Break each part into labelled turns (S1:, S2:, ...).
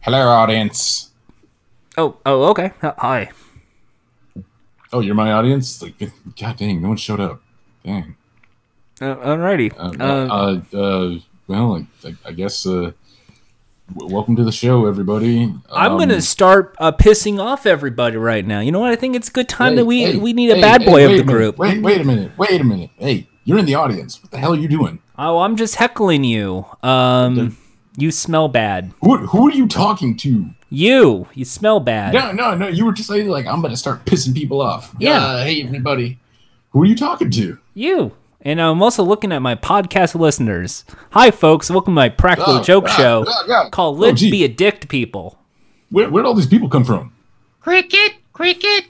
S1: Hello, audience.
S2: Oh, oh, okay. Hi.
S1: Oh, you're my audience? Like, god dang, no one showed up. Dang.
S2: Uh, alrighty.
S1: Uh,
S2: Uh,
S1: uh, uh, well, I, I guess, uh, w- welcome to the show, everybody.
S2: I'm
S1: Um,
S2: gonna start uh, pissing off everybody right now. You know what? I think it's a good time
S1: hey,
S2: that we
S1: hey,
S2: we need a
S1: hey,
S2: bad
S1: hey,
S2: boy
S1: wait
S2: of
S1: a
S2: the
S1: minute,
S2: group.
S1: Wait, wait a minute. Wait a minute. Hey, you're in the audience. What the hell are you doing?
S2: Oh, I'm just heckling you. Um, you smell bad.
S1: Who, who are you talking to?
S2: You, you smell bad.
S1: No, no, no. You were just saying, like, I'm going to start pissing people off.
S2: Yeah.
S1: Uh, hey, everybody. Who are you talking to?
S2: You. And I'm also looking at my podcast listeners. Hi, folks. Welcome to my practical
S1: Oh,
S2: joke
S1: ah,
S2: show
S1: ah, ah.
S2: called
S1: Oh,
S2: "Let's
S1: gee.
S2: Be a Dick to People."
S1: Where, where'd all these people come from?
S3: Cricket, cricket.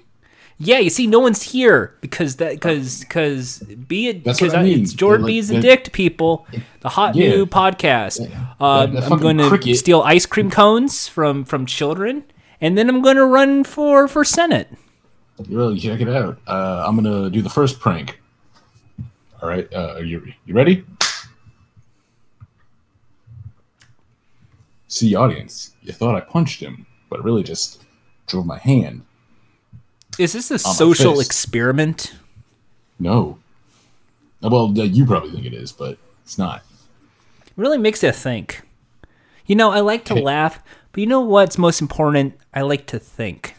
S2: Yeah, you see, no one's here because that because because be a
S1: That's what
S2: because
S1: I mean.
S2: it's Jordan
S1: Like,
S2: B's
S1: that-
S2: addict people, the hot
S1: Yeah.
S2: new podcast. Uh,
S1: That- that
S2: I'm
S1: fucking
S2: going to
S1: cricket.
S2: steal ice cream cones from from children, and then I'm going to run for for senate.
S1: Well, check it out. Uh, I'm gonna do the first prank. All right, uh, are you you ready? See, audience, you thought I punched him, but really just drove my hand.
S2: Is this a
S1: my
S2: social
S1: fist.
S2: experiment?
S1: No. Uh, Well, uh, you probably think it is, but it's not.
S2: really makes you think. You know, I like to laugh, but you know what's most important? I like to think.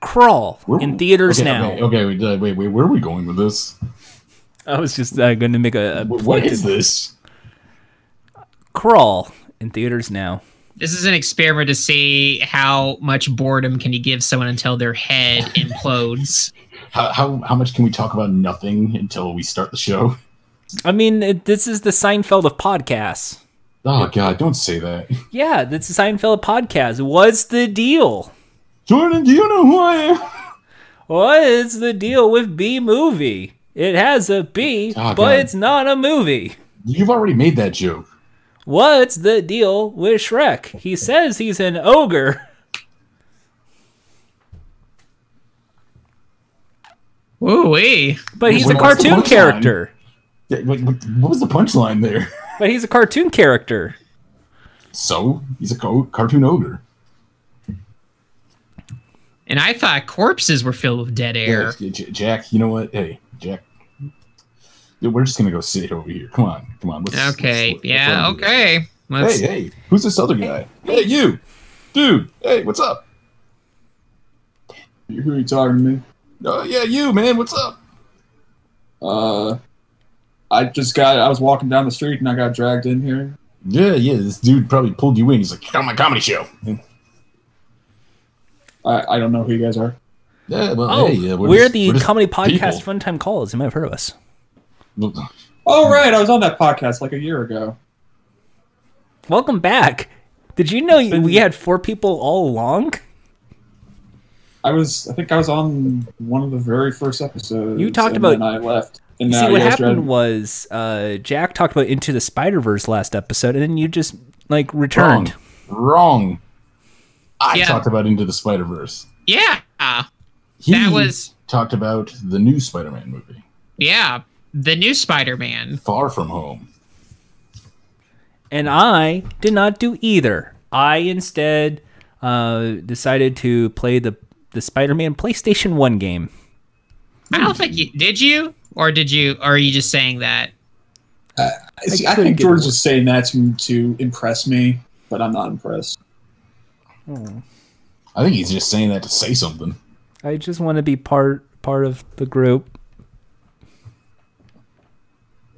S2: Crawl
S1: Where-
S2: in theaters
S1: okay,
S2: now.
S1: Okay, okay wait, uh, wait, wait, where are we going with this?
S2: I was just uh, going to make a, a
S1: Wh- What
S2: point
S1: is
S2: to-
S1: this?
S2: crawl in theaters now.
S3: This is an experiment to see how much boredom can you give someone until their head implodes.
S1: How, how how much can we talk about nothing until we start the show?
S2: I mean, it, this is the Seinfeld of podcasts.
S1: Oh God, don't say that.
S2: Yeah, that's the Seinfeld of podcasts. What's the deal?
S1: Jordan, do you know who I am?
S2: What is the deal with B movie? It has a B,
S1: Oh,
S2: but
S1: God.
S2: it's not a movie.
S1: You've already made that joke.
S2: What's the deal with Shrek? He says he's an ogre.
S3: Ooh wee.
S2: But he's a
S1: Wait, what's the
S2: cartoon
S1: punchline?
S2: character.
S1: Yeah, What, what- what was the punchline there?
S2: But he's a cartoon character.
S1: So he's a co- cartoon ogre.
S3: And I thought corpses were filled with dead
S1: Yeah,
S3: air.
S1: J- J- Jack, you know what? Hey, Jack, Yeah, we're just gonna go sit over here. Come on, come on. Let's, let's-
S3: Okay.
S1: let's-
S3: Yeah.
S1: let's let him
S3: Okay.
S1: do
S3: Let's.
S1: this. Hey, hey, who's this other guy? Hey, you, dude. Hey, what's up?
S4: Who are you talking to me?
S1: Oh yeah, you man. What's up?
S4: Uh, I just got. I was walking down the street and I got dragged in here.
S1: Yeah, yeah. This dude probably pulled you in. He's like, get on my comedy show.
S4: I, I don't know who you guys are.
S1: Yeah, well,
S2: Oh,
S1: hey, yeah,
S2: we're,
S1: just-
S2: the
S1: just
S2: comedy
S1: people.
S2: podcast Fun Time Calls. You might have heard of us. Hmm.
S4: Oh right, I was on that podcast like a year ago.
S2: Welcome back. Did you know we had four people all along?
S4: I was. I think I was on one of the very first episodes.
S2: You talked
S4: and
S2: about-
S4: Then I left. And
S2: You
S4: now
S2: See, what
S4: you guys
S2: happened
S4: dragged-
S2: was uh, Jack talked about Into the Spider Verse last episode, and then you just like returned.
S1: Wrong. Wrong. I
S3: Yeah.
S1: talked about Into the Spider Verse.
S3: Yeah. That
S1: He
S3: was.
S1: talked about the new Spider-Man movie,
S3: Yeah. The new Spider-Man.
S1: Far From Home.
S2: And I did not do either. I instead uh, decided to play the the Spider Man PlayStation One game.
S3: I don't think you did you or did you or are you just saying that?
S4: See, I think George's just saying that to, to impress me, but I'm not impressed.
S1: I think he's just saying that to say something.
S2: I just want to be part part of the group.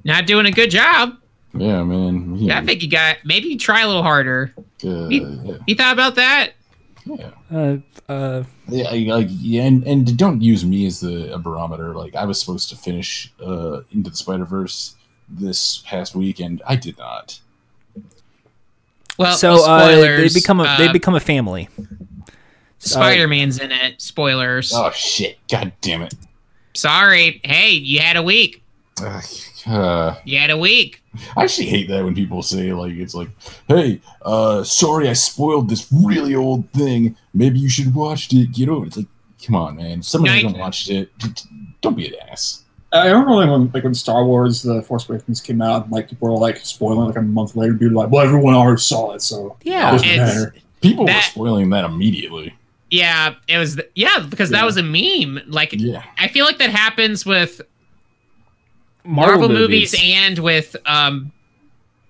S3: Not doing a good job.
S1: Yeah, man. He-
S3: I think you got maybe you try a little harder.
S1: uh, yeah,
S3: You, you thought about that?
S1: yeah.
S2: Uh, uh,
S1: Yeah, I- like, yeah, and, and don't use me as the a barometer. Like I was supposed to finish uh, Into the Spider Verse this past week, and I did not.
S3: Well,
S2: so
S3: no
S2: uh, they
S3: spoilers.
S2: become a they uh,
S3: Uh,
S2: become a family.
S3: Spider-Man's in it. Spoilers.
S1: Oh shit! God damn it!
S3: Sorry. Hey, you had a week.
S1: Ugh, Uh,
S3: You had a week.
S1: I actually hate that when people say like it's like, "Hey, uh, sorry, I spoiled this really old thing. Maybe you should watch it. Get over it." It's like, come on, man. If Someone
S3: Yeah, I-
S1: hasn't watched it. d- d- Don't be an ass.
S4: I remember like, when like when Star Wars: The Force Awakens came out, like people were like spoiling like a month later. People were like, well, everyone already saw it, so
S2: Yeah,
S4: it doesn't
S3: it's-
S4: matter.
S1: People were
S3: That-
S1: spoiling that immediately.
S3: Yeah, it was. th- yeah, because that
S4: Yeah.
S3: was a meme. Like,
S1: Yeah.
S3: I feel like that happens with Marvel, movies. and with, um,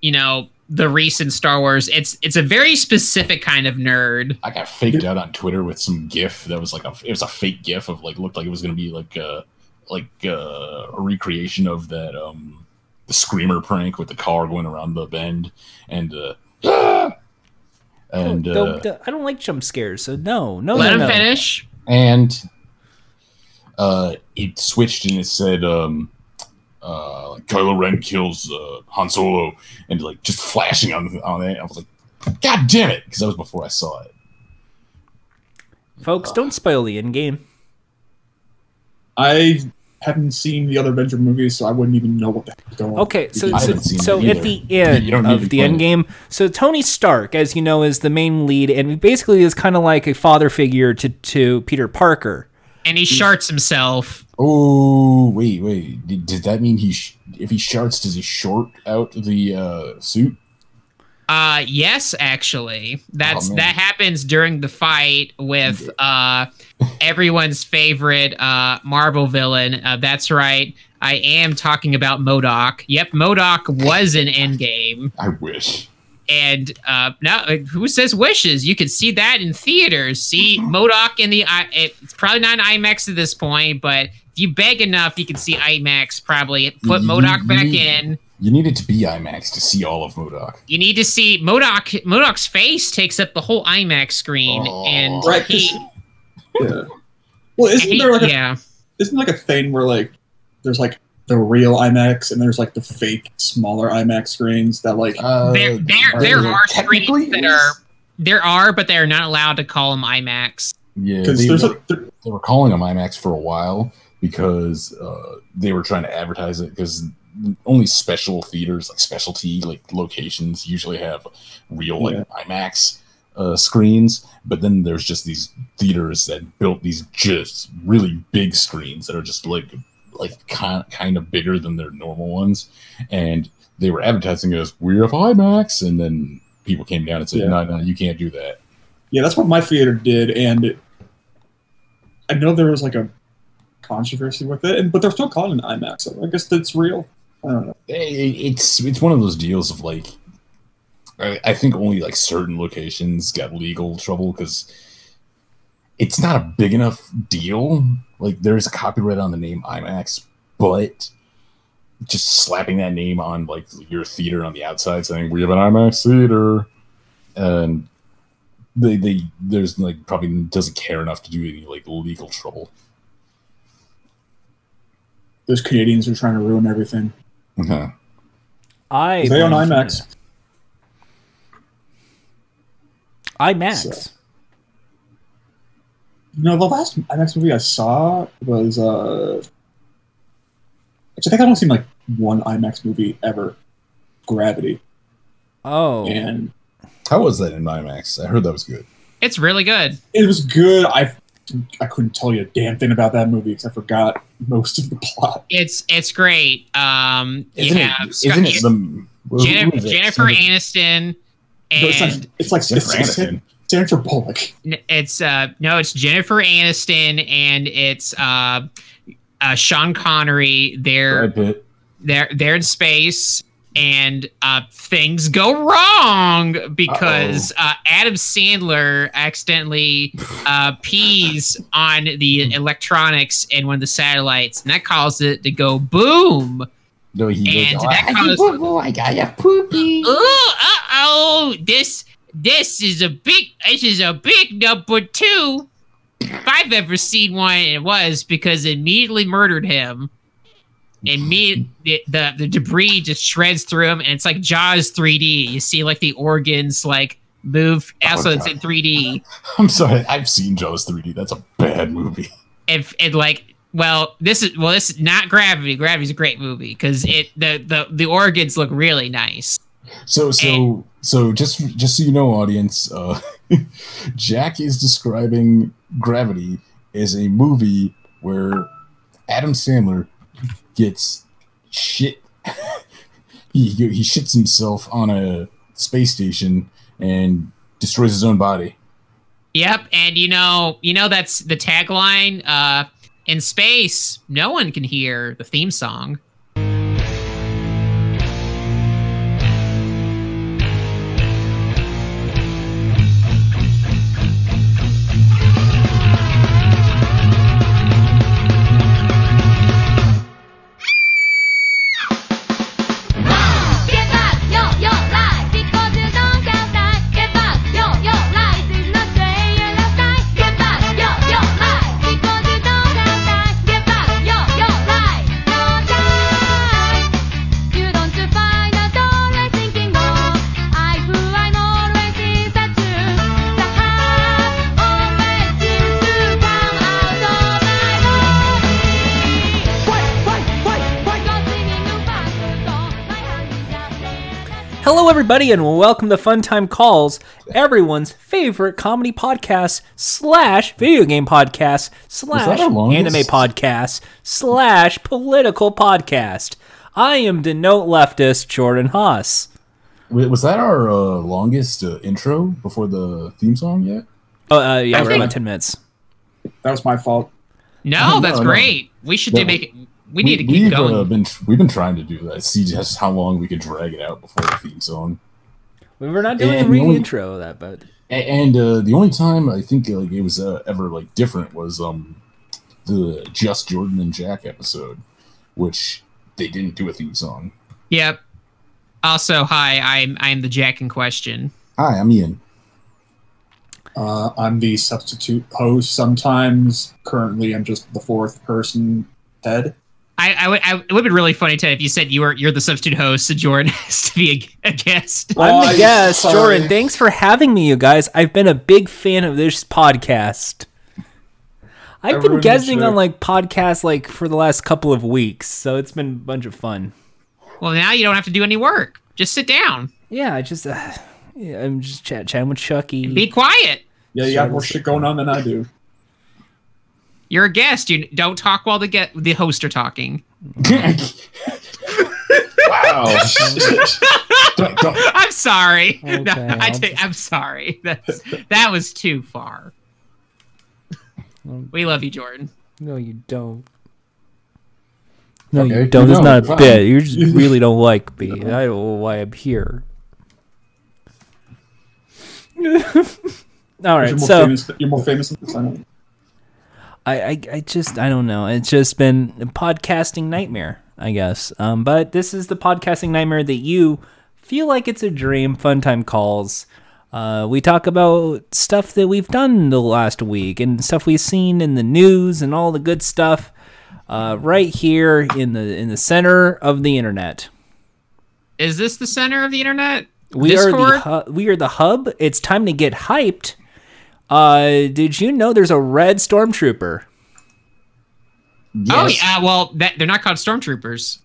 S3: you know, the recent Star Wars. It's it's a very specific kind of nerd.
S1: I got faked out on Twitter with some GIF that was like a it was a fake GIF of like looked like it was gonna be like a like uh, a recreation of that um the screamer prank with the car going around the bend and uh "Ah!"
S2: Don't-
S1: and uh,
S2: don't- don't- I don't like jump scares, so no, no,
S3: Let
S2: no,
S3: him
S2: no.
S3: finish.
S1: and uh it switched and it said um uh Kylo Ren kills uh, Han Solo and like just flashing on on it I was like god damn it because that was before I saw it
S2: Folks, don't spoil the end game.
S4: I haven't seen the other Avenger movies, so I wouldn't even know what the heck is going on.
S2: Okay, so
S1: I
S2: so,
S1: haven't seen
S2: so
S1: it
S2: at
S1: either.
S2: the
S1: You
S2: end
S1: don't need to
S2: of the
S1: play
S2: end
S1: it.
S2: game, so Tony Stark, as you know, is the main lead, and basically is kind of like a father figure to to Peter Parker.
S3: And he sharts himself.
S1: Oh wait, wait. Did, does that mean he? Sh- if he sharts, does he short out the uh, suit?
S3: Uh yes, actually. That's
S1: Oh, man.
S3: that happens during the fight with uh everyone's favorite uh Marvel villain. Uh, that's right. I am talking about Modoc. Yep, Modoc was in Endgame.
S1: I wish.
S3: And uh now uh, who says wishes? You could see that in theaters. See Modoc in the I it's probably not an IMAX at this point, but if you beg enough, you can see IMAX probably. Put Modoc back in.
S1: You needed to be IMAX to see all of Modoc.
S3: you need to see Modoc. Modoc's face takes up the whole IMAX screen,
S1: Oh.
S3: and
S4: Right, 'cause-
S3: he,
S4: Yeah. Well, isn't
S3: he-
S4: there like a
S3: yeah,
S4: isn't like a thing where like there's like the real IMAX and there's like the fake smaller IMAX screens that like
S1: Uh,
S3: There- there-
S1: uh,
S3: there are
S1: technically
S3: screens that
S1: it is-
S3: are- there are, but they are not allowed to call them IMAX.
S1: Yeah,
S4: because
S1: they,
S4: there's
S1: were,
S4: a there,
S1: they were calling them IMAX for a while because uh, they were trying to advertise it because only special theaters like specialty like locations usually have real like
S4: Yeah.
S1: IMAX uh, screens, but then there's just these theaters that built these just really big screens that are just like like kind kind of bigger than their normal ones, and they were advertising it as we have IMAX, and then people came down and said,
S4: Yeah.
S1: "No, no, you can't do that."
S4: yeah that's what my theater did and it, I know there was like a controversy with it and but they're still calling it IMAX so I guess that's real I don't know
S1: It- it's it's one of those deals of like I, I think only like certain locations got legal trouble because it's not a big enough deal. Like there's a copyright on the name IMAX, but just slapping that name on like your theater on the outside saying we have an IMAX theater and they they there's like probably doesn't care enough to do any like legal trouble.
S4: those Canadians are trying to ruin everything
S1: Uh-huh.
S2: I
S4: they own
S2: blame
S4: IMAX
S2: Sony. IMAX.
S4: So- No, the last IMAX movie I saw was uh actually, I think I've only seen like one IMAX movie ever. Gravity.
S2: Oh,
S4: And
S1: How was that in IMAX? I heard that was good.
S3: It's really good.
S4: it was good. I I couldn't tell you a damn thing about that movie because I forgot most of the plot.
S3: It's it's great. Um, you
S1: Isn't
S3: have
S1: it?
S3: Scott-
S1: Isn't it the who-
S3: Jen-
S1: who is it?
S3: Jennifer Aniston,
S4: No, it's,
S3: and
S4: not, it's like
S1: Jennifer
S4: it's, it's
S1: Aniston.
S4: Sandra Bullock.
S3: N- it's uh no it's jennifer aniston and it's uh, uh sean connery they're
S1: Brad Pitt.
S3: they're they're in space and uh things go wrong because uh adam sandler accidentally uh pees on the electronics in one of the satellites and that caused it to go boom
S1: No, he
S3: And
S1: goes,
S3: that
S1: "Ah,
S3: caused-
S1: you boo-boo, I got a poopy.
S3: oh uh-oh this this is a big this is a big number two if i've ever seen one it was because it immediately murdered him and me the, the the debris just shreds through him and it's like jaws 3d you see like the organs like move also it's in 3d
S1: I'm sorry, I've seen Jaws 3D. That's a bad movie.
S3: if it like well this is well this is not gravity gravity's a great movie because it the, the the organs look really nice
S1: So, so, so, just just so you know, audience, uh, Jack is describing Gravity as a movie where Adam Sandler gets shit. he he shits himself on a space station and destroys his own body.
S3: Yep, and you know, you know that's the tagline. Uh, in space, no one can hear the theme song.
S5: Get back, yo, yo, life, because you don't have time. Get back, yo, yo, life, is not saying you love time. Get back, yo, yo, life, because you don't have time. Get back, yo, yo, life, no time. You don't find out always thinking more. I who I know always is that true. The heart always seems to come out of my body. Wait, wait, wait, wait. You're singing new battles, my heart is out there.
S2: Hello, everybody, and welcome to Fun Time Calls, everyone's favorite comedy podcast slash video game podcast slash
S1: our longest?
S2: anime podcast slash political podcast. I am denote leftist Jordan Haas.
S1: Wa- Was that our uh, longest uh, intro before the theme song yet?
S2: Oh, uh, yeah, we're
S4: think-
S2: about ten minutes.
S4: That was my fault.
S3: No,
S1: Oh, No,
S3: that's
S1: no.
S3: great. We should
S1: Yeah,
S3: do make it. We
S1: We-
S3: need to keep
S1: we've,
S3: going.
S1: Uh, been tr- we've been trying to do that. See just how long we could drag it out before the theme song.
S2: We were not doing
S1: And
S2: a
S1: the only-
S2: re-intro of that, but
S1: A- And uh, the only time I think like it was uh, ever like different was um the Just Jordan and Jack episode, which they didn't do a theme song.
S3: Yep. Also, hi, I'm I'm the Jack in question.
S1: Hi, I'm Ian.
S4: Uh, I'm the substitute host sometimes. Currently, I'm just the fourth person head.
S3: I, I, would- I it would be really funny, Ted, if you said you were you're the substitute host, so Jordan has to be a, a guest.
S2: I'm
S4: Oh,
S2: the guest,
S4: sorry.
S2: Jordan. Thanks for having me, you guys. I've been a big fan of this podcast. I've
S4: I
S2: been
S4: ruined the
S2: guesting on
S4: show.
S2: like podcasts like for the last couple of weeks, so it's been a bunch of fun.
S3: Well, now you don't have to do any work. Just sit down.
S2: Yeah, I just uh, yeah, I'm just chat chatting with Chucky.
S3: Be quiet.
S4: Yeah, you got more shit going on than I do.
S3: You're a guest. You don't talk while the get the host are talking.
S1: wow. Don't- don't-
S3: I'm sorry. No,
S2: Okay,
S3: I
S2: I'll-
S3: take, I'm sorry. That's, that was too far. We love you, Jordan.
S2: no, you don't. No, you
S1: Okay,
S2: don't.
S1: you
S2: It's
S1: don't.
S2: not a
S1: Fine.
S2: bit. You just really don't like me. I don't know why I'm here. All right,
S4: you're, more
S2: so
S4: famous, you're more famous than this, I know.
S2: I, I, I just I don't know. It's just been a podcasting nightmare, I guess. Um, but this is the podcasting nightmare that you feel like it's a dream. Fun time calls. Uh, we talk about stuff that we've done the last week and stuff we've seen in the news and all the good stuff. Uh, right here in the in the center of the internet.
S3: Is this the center of the internet?
S2: We are the
S3: Discord?
S2: hu- we are the hub. It's time to get hyped. Uh, did you know there's a red stormtrooper?
S3: Oh
S1: yes.
S3: yeah. Well, that, they're not called stormtroopers.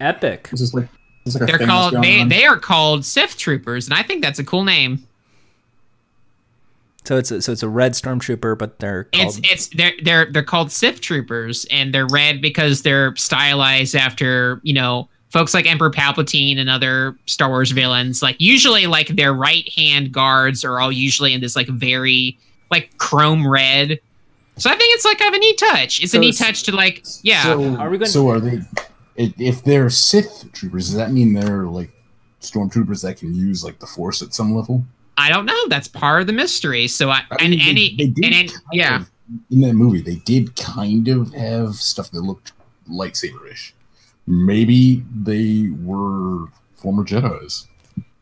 S2: Epic.
S4: This is like, this is like a
S3: They're
S4: thing that's
S3: called
S4: going
S3: they,
S4: on.
S3: they are called Sith troopers, and I think that's a cool name.
S2: So it's a, so it's a red stormtrooper, but they're called,
S3: It's it's they're they're they're called Sith troopers, and they're red because they're stylized after you know folks like Emperor Palpatine and other Star Wars villains. Like usually, like their right hand guards are all usually in this like very like chrome red. So I think it's like kind of a neat touch. It's
S2: So
S3: a neat
S2: it's-
S3: touch to like yeah.
S1: So
S2: Are we gonna-
S1: So are they? i- If they're Sith troopers, does that mean they're like stormtroopers that can use like the Force at some level?
S3: I don't know. That's part of the mystery. So I,
S1: I mean,
S3: and
S1: they-
S3: any
S1: they did
S3: and, any
S1: kind
S3: yeah.
S1: of- in that movie, they did kind of have stuff that looked lightsaber-ish. Maybe they were former Jedi's.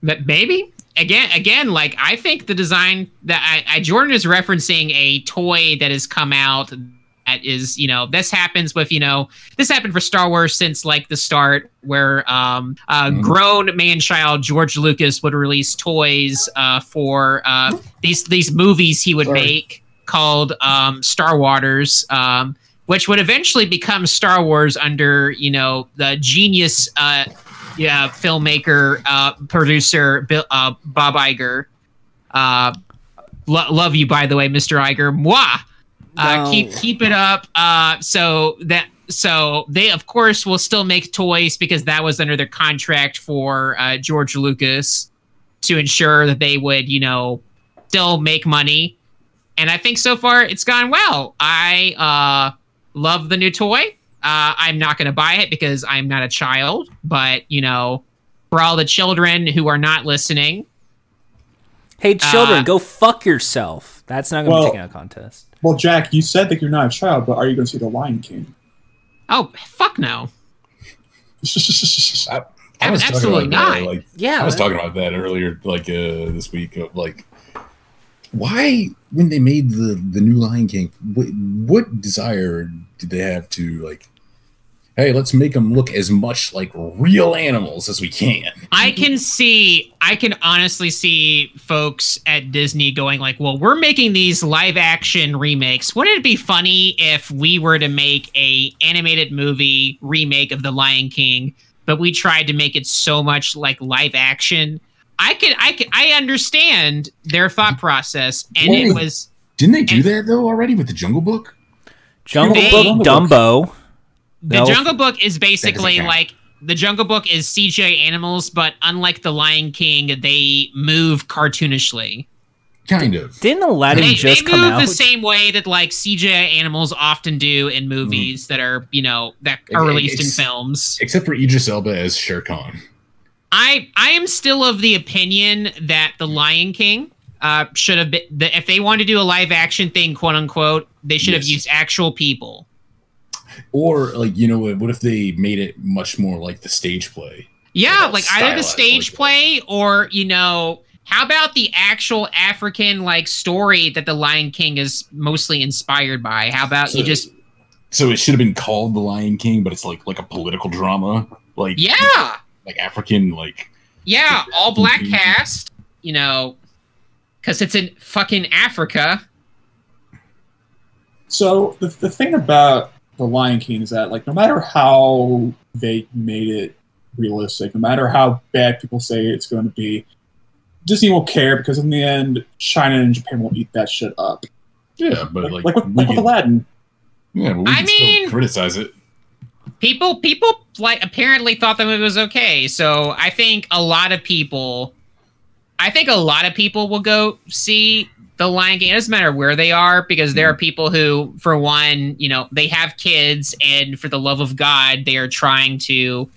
S3: But maybe again, again, like I think the design that I, I Jordan is referencing a toy that has come out that is, you know, this happens with, you know, this happened for Star Wars since like the start, where um, uh,
S1: Mhm.
S3: grown man child George Lucas would release toys uh, for uh, these these movies he would
S1: Sorry.
S3: make called um, Star Waters. Um, which would eventually become Star Wars under, you know, the genius uh, yeah, filmmaker, uh, producer Bill, uh, Bob Iger. Uh, lo- love you, by the way, Mr. Iger. Moi. Uh,
S2: No.
S3: Keep keep it up. Uh, so that so they of course will still make toys because that was under their contract for uh, George Lucas to ensure that they would you know still make money. And I think so far it's gone well. I uh, love the new toy. Uh, I'm not going to buy it because I'm not a child, but you know, for all the children who are not listening,
S2: Hey, children,
S3: Uh,
S2: go fuck yourself. That's not going to
S4: Well-
S2: be taken out of contest.
S4: Well, Jack, you said that you're not a child, but are you going to see The Lion King?
S3: oh fuck no.
S1: I, I was talking
S3: Absolutely
S1: about
S3: not.
S1: That, like,
S2: Yeah,
S1: I was talking about that earlier, like uh, this week of like, why when they made the the new Lion King, what, what desire did they have to like? Hey, let's make them look as much like real animals as we can.
S3: I can see, I can honestly see folks at Disney going like, "Well, we're making these live action remakes. Wouldn't it be funny if we were to make a animated movie remake of The Lion King, but we tried to make it so much like live action?" I can, I can, I understand their
S1: Mm-hmm.
S3: thought process, and it
S1: Well,
S3: was
S1: Didn't they do that though already with the Jungle Book?
S2: Jungle
S3: They-
S2: Book Dumbo.
S3: the
S2: No.
S3: Jungle Book is
S1: That
S3: basically
S1: doesn't
S3: like. The Jungle Book is CGI animals, but unlike The Lion King, they move cartoonishly.
S1: Kind of.
S2: Didn't Aladdin
S3: they,
S2: just
S3: they
S2: come
S3: move
S2: out?
S3: the same way that like CGI animals often do in movies that are you know that are
S1: It- it-
S3: released in
S1: it's-
S3: films.
S1: Except for Idris Elba as Shere Khan.
S3: I I am still of the opinion that the Lion King uh, should have been the, if they wanted to do a live action thing, quote unquote, they should have
S1: Yes.
S3: used actual people.
S1: Or like, you know what? What if they made it much more like the stage play?
S3: Yeah,
S1: Like,
S3: like either the
S1: stylized
S3: stage
S1: like that.
S3: play or you know how about the actual African like story that the Lion King is mostly inspired by? How about you
S1: So-
S3: just
S1: So it should have been called The Lion King, but it's like like a political drama, like
S3: yeah.
S1: like African like
S3: Yeah, all black
S1: Mhm.
S3: cast, you know, because it's in fucking Africa.
S4: So the, the thing about The Lion King is that, like, no matter how they made it realistic, no matter how bad people say it's going to be, Disney will care because in the end, China and Japan will eat that shit up.
S1: yeah, but like,
S4: like, with,
S1: we
S4: like with
S1: can,
S4: Aladdin,
S1: yeah, but we
S3: I
S1: can
S3: mean-
S1: still criticize it.
S3: People, people like apparently thought the movie was okay. So I think a lot of people, I think a lot of people will go see the Lion King. It doesn't matter where they are because there are people who, for one, you know, they have kids, and for the love of God, they are trying to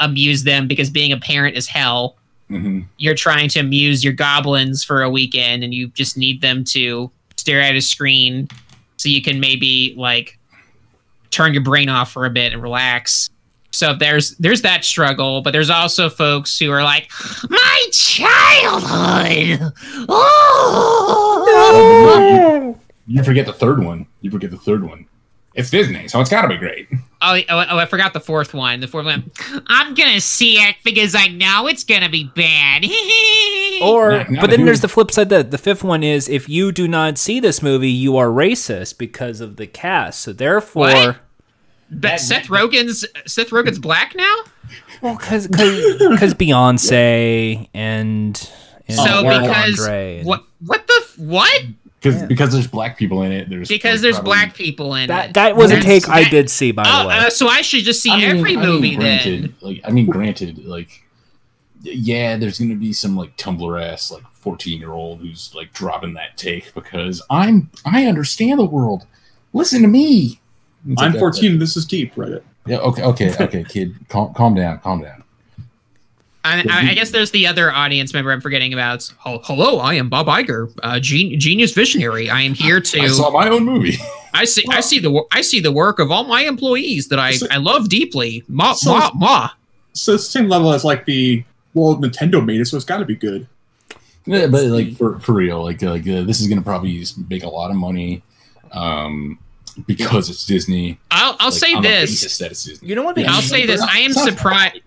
S3: amuse them because being a parent is hell.
S1: Mhm.
S3: you're trying to amuse your goblins for a weekend and you just need them to stare at a screen so you can maybe like turn your brain off for a bit and relax so there's there's that struggle but there's also folks who are like my childhood oh
S1: You forget the third one. You forget the third one. It's Disney, so it's got to be great.
S3: Oh, oh, oh, I forgot the fourth one. The fourth one. I'm gonna see it because I know it's gonna be bad.
S2: Or,
S1: Not- not
S2: but then
S1: who-
S2: there's the flip side. That the fifth one is if you do not see this movie, you are racist because of the cast. So therefore,
S3: What? but Seth Rogen's Seth Rogen's black now.
S2: well, because because Beyonce and, and
S3: So
S2: Eric
S3: because
S2: Andre and-
S3: what what the f- what?
S1: Because because there's black people in it. There's
S3: Because there's
S1: probably-
S3: black people in
S2: that
S3: it.
S2: that was a
S3: That's-
S2: take I
S3: that-
S2: did see by
S3: Oh,
S2: the way.
S3: uh, so I should just see
S1: I mean-
S3: every
S1: I mean,
S3: movie
S1: granted,
S3: then.
S1: Like I mean, granted, like y- yeah, there's gonna be some like Tumblr ass like 14 year old who's like dropping that take because I'm I understand the world. Listen to me. It's like
S4: I'm
S1: that-
S4: 14. This is deep, Reddit.
S1: Yeah. Okay. Okay. Okay, kid. Calm, calm down. Calm down.
S3: I,
S1: Yeah,
S3: I, I
S1: you-
S3: guess there's the other audience member I'm forgetting about. It's, "Hel- Hello, I am Bob Iger, uh, gen- genius visionary. I am here to.
S1: I saw my own movie.
S3: I see. I see the. wo- I see the work of all my employees that I,
S4: So-
S3: I love deeply. Ma
S4: So-
S3: ma ma.
S4: So it's the same level as like the well, Nintendo made it, so it's got to be good.
S1: Yeah, but like for, for real, like like uh, this is gonna probably make a lot of money, um, because it's Disney.
S3: I'll I'll
S1: like,
S3: say
S1: on the
S3: this.
S1: basis that it's Disney.
S2: you know what?
S3: I'll say this. I am
S1: It's not-
S3: surprised.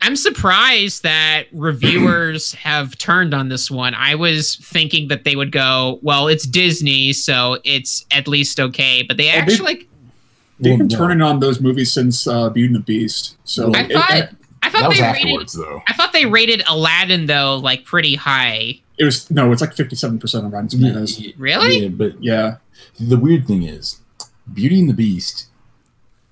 S3: I'm surprised that reviewers have turned on this one. I was thinking that they would go, well, it's Disney, so it's at least okay. But they
S4: Well, they-
S3: actually,
S4: They've
S1: Well,
S4: been
S1: no.
S4: turning on those movies since uh, Beauty and the Beast. So
S3: I
S4: it-
S3: thought,
S4: it-
S3: I
S1: That
S3: thought
S1: was
S3: they rated,
S1: afterwards, though.
S3: I thought they rated Aladdin though like pretty high.
S4: It was no, it's like fifty-seven percent on Rotten Tomatoes.
S3: Really?
S1: Yeah, but
S4: Yeah,
S1: the weird thing is, Beauty and the Beast,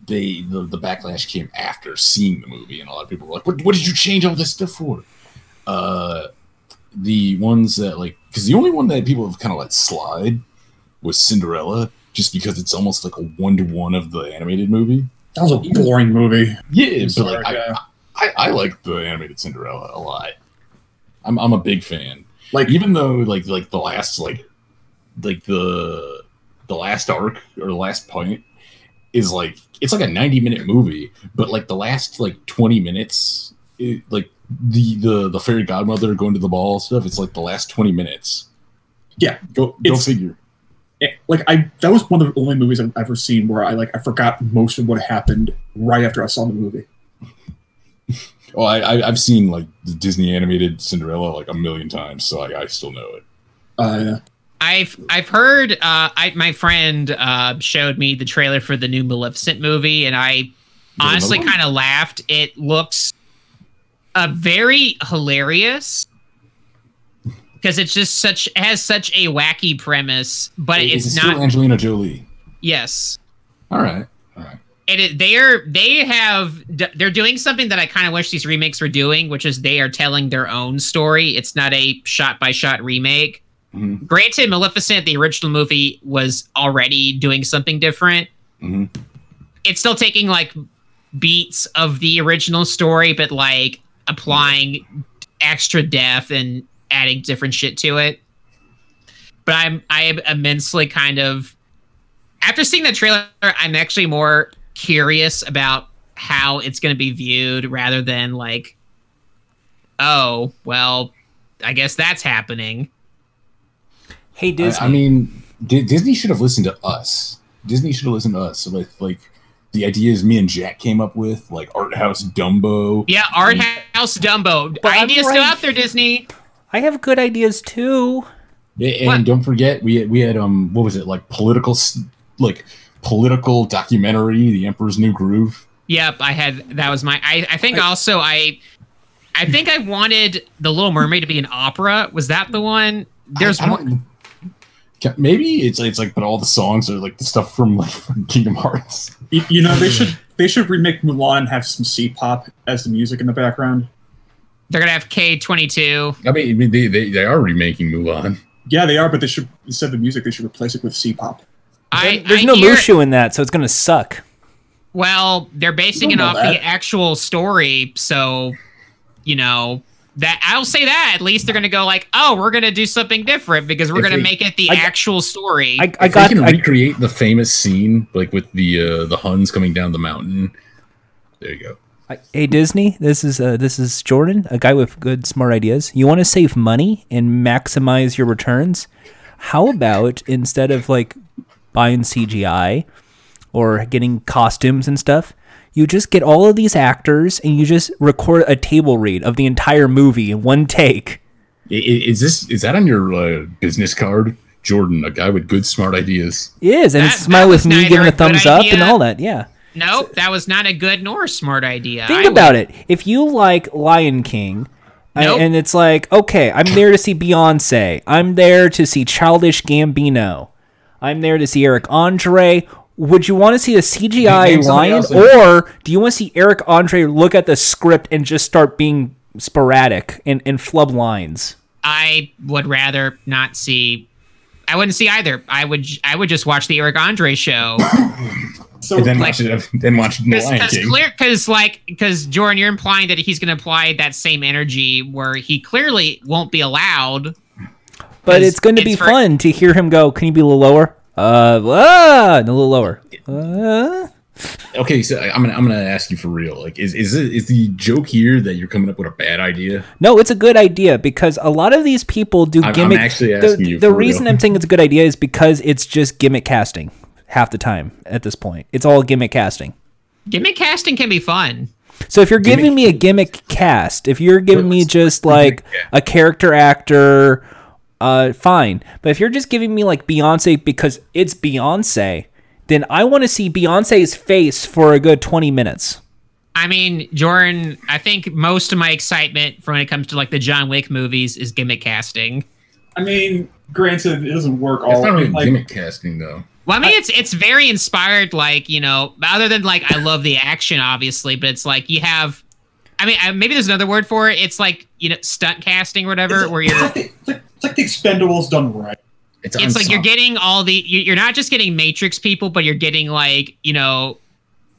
S1: they the, the backlash came after seeing the movie, and a lot of people were like, "What, what did you change all this stuff for?" Uh, the ones that like, because the only one that people have kind of let slide was Cinderella, just because it's almost like a one to one of the animated movie.
S4: that was a boring movie.
S1: Yeah,
S4: I'm
S1: but
S4: sorry,
S1: like, I,
S4: yeah.
S1: I, I like the animated Cinderella a lot. I'm I'm a big fan
S4: Like
S1: even though like like the last like like the the last arc or the last point is like it's like a 90 minute movie but like the last like 20 minutes it, like the the the fairy godmother going to the ball stuff it's like the last 20 minutes
S4: Yeah,
S1: go go
S4: it's-
S1: figure
S4: it- like I that was one of the only movies I've ever seen where I like I forgot most of what happened right after I saw the movie.
S1: oh I, I i've seen like the disney animated cinderella like a million times so i, I still know it
S4: Uh,
S3: I've I've heard. Uh, I my friend uh, showed me the trailer for the new Maleficent movie, and I
S1: another
S3: honestly
S1: one?
S3: kind of laughed. It looks uh, very hilarious because it's just such it has such a wacky premise, but
S1: Is
S3: it's
S1: it
S3: not.
S1: still angelina jolie
S3: yes,
S1: all right all right
S3: and it, they're they have d- they're doing something that I kind of wish these remakes were doing, which is they are telling their own story. It's not a shot by shot remake.
S1: Mhm.
S3: Granted, Maleficent, the original movie, was already doing something different.
S1: Mhm.
S3: It's still taking like beats of the original story, but like applying extra depth and adding different shit to it. But I'm I am immensely kind of after seeing the trailer, I'm actually more curious about how it's going to be viewed rather than like, oh, well, I guess that's happening.
S2: Hey Disney.
S1: I, I mean, D- Disney should have listened to us. Disney should have listened to us. So like, like the ideas me and Jack came up with, like art house Dumbo.
S3: Yeah, Art House Dumbo.
S2: Mm. But I'm
S3: Ideas
S2: right.
S3: still out there, Disney.
S2: I have good ideas too.
S1: And
S3: What?
S1: don't forget, we had, we had um, what was it like political, s- like political documentary, The Emperor's New Groove.
S3: Yep, I had that was my. I, I think also I, I think I wanted The Little Mermaid to be an opera. Was that the one? There's
S1: I- I
S3: one.
S1: don't- Ca- Maybe it's it's like, but all the songs are like the stuff from like Kingdom Hearts.
S4: you, you know they should they should remake Mulan and have some C pop as the music in the background.
S3: They're gonna have K twenty two.
S1: I mean, I mean, they, they they are remaking Mulan.
S4: Yeah, they are, but they should instead of the music they should replace it with C pop.
S3: I
S2: There's
S3: I
S2: no
S3: hear-
S2: Mushu in that, so it's gonna suck.
S3: Well, they're basing
S4: You
S3: it
S4: don't
S3: off
S4: know
S3: the
S4: that.
S3: actual story, so you know that I'll say that at least they're gonna go like, oh, we're gonna do something different because we're
S1: If
S3: gonna
S1: they-
S3: make it the
S2: I-
S3: actual story.
S2: I, I
S1: If
S2: got
S1: they can
S2: I,
S1: recreate the famous scene, like with the uh, the Huns coming down the mountain. There you go.
S2: I- Hey Disney, this is uh, this is Jordan, a guy with good smart ideas. You want to save money and maximize your returns? How about instead of like buying CGI or getting costumes and stuff, you just get all of these actors and you just record a table read of the entire movie in one take.
S1: I- i- Is this is that on your uh, business card, Jordan? A guy with good, smart ideas.
S2: It is, and
S3: That-
S2: it's smile
S3: that
S2: with
S3: was
S2: me,
S3: neither
S2: giving
S3: a
S2: a
S3: good
S2: thumbs up, and
S3: idea.
S2: all that. Yeah.
S3: nope, that was not a good nor a smart idea.
S2: Think
S3: I
S2: about it. If you like Lion King, I-
S3: Nope.
S2: and it's like, okay, I'm there to see Beyonce. I'm there to see Childish Gambino. I'm there to see Eric Andre. Would you want to see a CGI
S1: Name somebody
S2: lion,
S1: else and-
S2: or do you want to see Eric Andre look at the script and just start being sporadic and, and flub lines?
S3: I would rather not see. I wouldn't see either. I would. j- I would just watch the Eric Andre show
S4: So
S1: And then
S3: Like-
S1: watch it. Then watch The Lion
S3: because
S1: King.
S3: clear because like because Jordan, you're implying that he's gonna apply that same energy where he clearly won't be allowed
S2: But
S3: It's-
S2: it's going to be
S3: it's for-
S2: fun to hear him go. Can you be a little lower? Uh, ah, and a little lower. Uh,
S1: Okay, so I- I'm gonna I'm gonna ask you for real. Like, is is it, is the joke here that you're coming up with a bad idea?
S2: No, it's a good idea because a lot of these people do
S1: I'm- I'm
S2: gimmick.
S1: actually
S2: the-
S1: asking you
S2: the
S1: for
S2: reason
S1: real.
S2: I'm saying it's a good idea is because it's just gimmick casting half the time at this point. It's all gimmick casting.
S3: Gimmick casting can be fun.
S2: So if you're giving me a gimmick cast, if you're giving me just like a character actor, uh, fine. But if you're just giving me like Beyonce because it's Beyonce, then I want to see Beyonce's face for a good 20 minutes.
S3: I mean, Jordan, I think most of my excitement for when it comes to like the John Wick movies is gimmick casting.
S4: I mean, granted, it doesn't work all.
S1: That's not really
S4: Oh, like,
S1: gimmick casting, though.
S3: Well, I
S4: Uh,
S3: mean, it's it's very inspired. Like you know, other than like I love the action, obviously, but it's like you have. I mean, I, maybe there's another word for it. It's like you know, stunt casting or whatever,
S4: it's,
S3: where
S4: it's
S3: you're.
S4: like, the, it's like- it's like the Expendables done right.
S1: It's,
S3: It's like you're
S1: ensemble.
S3: getting all the. you- You're not just getting Matrix people, but you're getting like you know,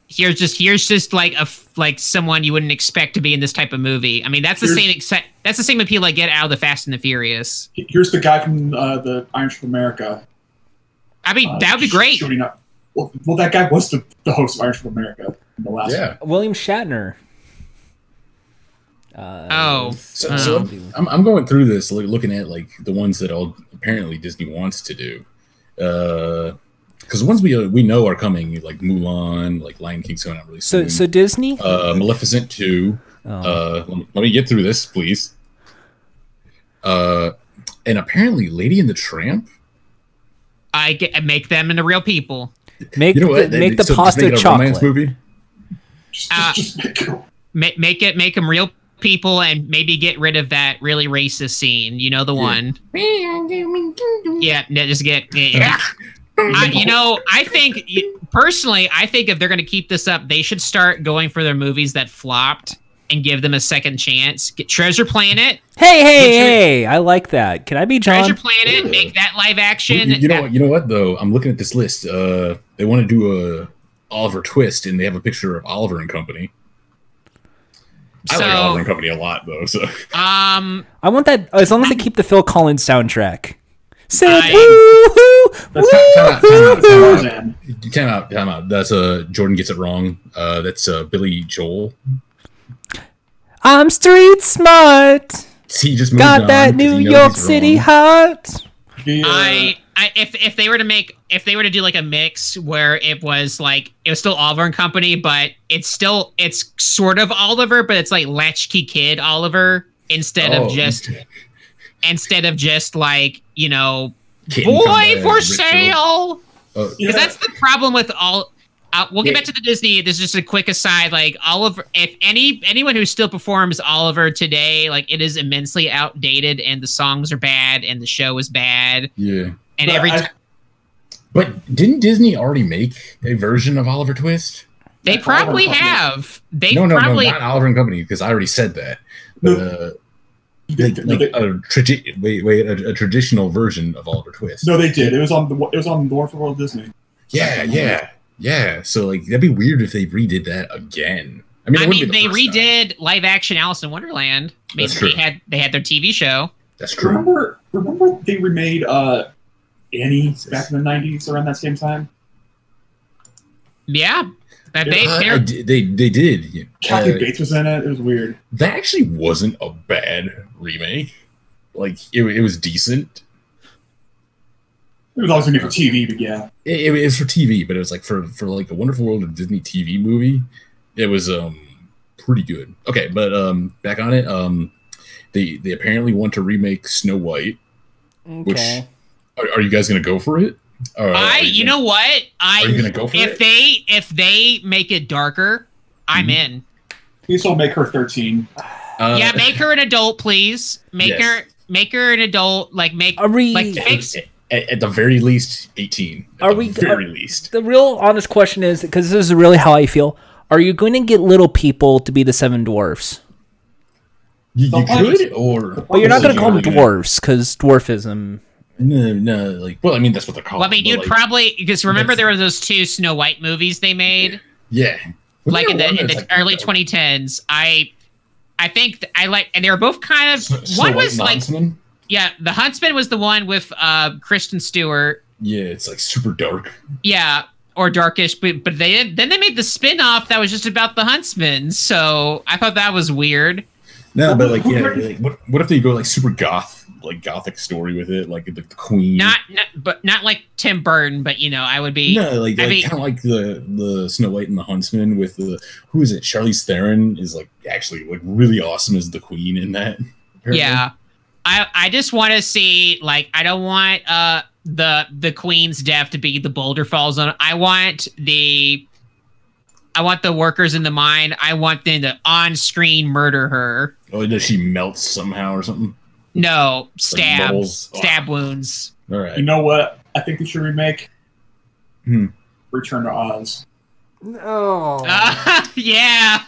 S3: here's just here's just like a f- like someone you wouldn't expect to be in this type of movie. I mean, that's the
S4: Here's-
S3: same. Exce- that's the same appeal I get out of the Fast and the Furious.
S4: Here's the guy from uh, the Iron Chef America.
S3: I mean,
S4: uh,
S3: that would be
S4: sh-
S3: great.
S4: Shooting up. Well, well, that guy was the, the host of Iron Chef America in the last.
S1: Yeah.
S2: William Shatner. Uh,
S3: Oh.
S1: So,
S3: Um,
S1: so I'm- I'm, I'm going through this, like, looking at like the ones that all apparently Disney wants to do, because ones we uh, we know are coming, like Mulan, like Lion King's coming out really
S2: so
S1: soon.
S2: so Disney. Oh.
S1: uh, Maleficent two. Uh, let, me, let me get through this, please. Uh, and apparently, Lady and the Tramp.
S3: I get, I make them into real people.
S2: make
S1: You know what?
S2: the,
S1: They-
S2: make the
S1: so just
S2: pasta
S1: make it a romance
S2: chocolate.
S1: movie.
S4: Just,
S3: Ah.
S4: just, just
S3: make, make it make them real people and maybe get rid of that really racist scene you know the one yeah no, just get yeah. I, you know i think personally i think if they're going to keep this up they should start going for their movies that flopped and give them a second chance get treasure planet
S2: Hey hey
S3: Make sure-
S2: hey! I like that. Can I be John?
S3: treasure planet
S1: Yeah.
S3: make that live
S1: You,
S3: action
S1: you- you know
S3: That-
S1: what? You know what? Though I'm looking at this list. Uh, they want to do a Oliver Twist, and they have a picture of Oliver and Company. I like
S3: So-
S1: Oliver and Company a lot, though. So
S3: um
S2: I want that oh, as long as they keep the Phil Collins soundtrack. Say
S3: I-
S2: woo-hoo,
S4: That's not-
S1: time out, time out,
S2: woo-hoo.
S1: time out.
S4: Tarzan.
S1: time out, time out. That's uh, Jordan gets it wrong. Uh, that's uh, Billy Joel.
S2: I'm street smart.
S1: See, he just moved
S2: Got
S1: on
S2: that
S1: 'cause he
S2: New
S1: knows
S2: York
S1: he's
S2: City
S1: wrong.
S2: hot.
S4: The, uh,
S3: I, I if if they were to make if they were to do like a mix where it was like it was still Oliver and Company, but it's still it's sort of Oliver, but it's like latchkey kid Oliver instead
S1: Oh,
S3: of just instead of just like you know
S1: Kid and
S3: boy
S1: Company,
S3: for
S1: Rich Hill.
S3: sale
S1: Uh,
S4: you know,
S3: because that's the problem with all. Uh, we'll get
S1: Yeah.
S3: back to the Disney. This is just a quick aside. Like Oliver, if any anyone who still performs Oliver today, like it is immensely outdated, and the songs are bad, and the show is bad,
S1: yeah.
S3: and
S4: but
S3: every
S4: I-
S3: time.
S1: But didn't Disney already make a version of Oliver Twist?
S3: They
S4: Like Oliver
S3: probably
S4: Company.
S3: have. They
S1: no, no,
S3: probably
S1: no, not Oliver and Company, because I already said that. But, uh,
S4: they-
S1: like,
S4: they-
S1: like a, tradi- wait, wait, a, a traditional version of Oliver Twist.
S4: no, they did. It was on the it was on North World Disney.
S1: Yeah, yeah, yeah. So like that'd be weird if they redid that again. I mean, it
S3: I
S1: wouldn't
S3: mean,
S1: be
S3: they
S1: the first time.
S3: redid live action Alice in Wonderland. I mean,
S1: That's
S3: they
S1: true.
S3: had they had their TV show.
S1: That's true.
S4: Remember, remember they remade uh, Annie back in the '90s around that same time.
S3: Yeah, that they
S1: Uh, I
S3: they're-
S1: di- they they did.
S4: Kathy
S1: Uh,
S4: Bates was in it. It was weird.
S1: that actually wasn't a bad remake. Like it, it was decent.
S4: It was always going to be for TV, but yeah.
S1: It, it was for TV, but it was like for for like a Wonderful World of Disney TV movie. It was um pretty good. Okay, but um back on it um they they apparently want to remake Snow White. Which
S2: Okay.
S1: Are, are you guys gonna go for it? Or are
S3: I you
S1: gonna-
S3: know what I
S1: are you gonna go for
S3: if
S1: it?
S3: they if they make it darker, I'm
S1: Mhm.
S3: in.
S4: Please don't make her 13.
S1: Uh,
S3: yeah, make her an adult, please. Make
S1: yes.
S3: her make her an adult. Like make
S2: Are we?
S3: like fix.
S1: at, at the very least 18 at
S2: Are
S1: the
S2: we-
S1: very
S2: are-
S1: least
S2: the real honest question is because this is really how I feel. Are you going to get little people to be the seven dwarfs?
S1: you,
S4: The
S1: you
S4: lights-
S1: could or
S2: Well, you're not going to call them
S1: Yeah.
S2: dwarves because dwarfism.
S1: no no like well i mean that's what they're called
S3: Well, I mean,
S1: but,
S3: you'd
S1: like,
S3: probably because remember
S1: that's-
S3: there were those two Snow White movies they made.
S1: yeah Wasn't
S3: like
S1: there
S3: in the,
S1: one
S3: in the
S1: that's, like,
S3: early
S1: uh,
S3: 2010s i i think th- i like and they were both kind of
S1: Snow- Snow
S3: one
S1: White
S3: was
S1: and
S3: like
S1: Huntsman?
S3: yeah the huntsman was the one with uh kristen stewart
S1: yeah it's like super dark
S3: yeah or darkish but but they did then they made the spin-off that was just about the huntsman so i thought that was weird
S1: no
S4: Well,
S1: but like
S4: who-
S1: yeah
S4: who-
S1: like, what, what if they go like super goth like gothic story with it like the, the queen
S3: not, not but not like tim burton but you know i would be
S1: no, like,
S3: I
S1: like
S3: mean-
S1: kind of like the the Snow White and the Huntsman with the who is it? Charlize Theron is like actually like really awesome as the queen in that. apparently.
S3: yeah i i just want to see like i don't want uh the the queen's death to be the boulder falls on i want the i want the workers in the mine i want them to on screen murder her
S1: Oh, does she melt somehow or something?
S3: No, stab,
S1: moles.
S3: stab wounds.
S1: All right.
S4: You know what? I think they should remake
S1: Hmm.
S4: Return to Oz.
S2: Oh.
S3: Uh, yeah.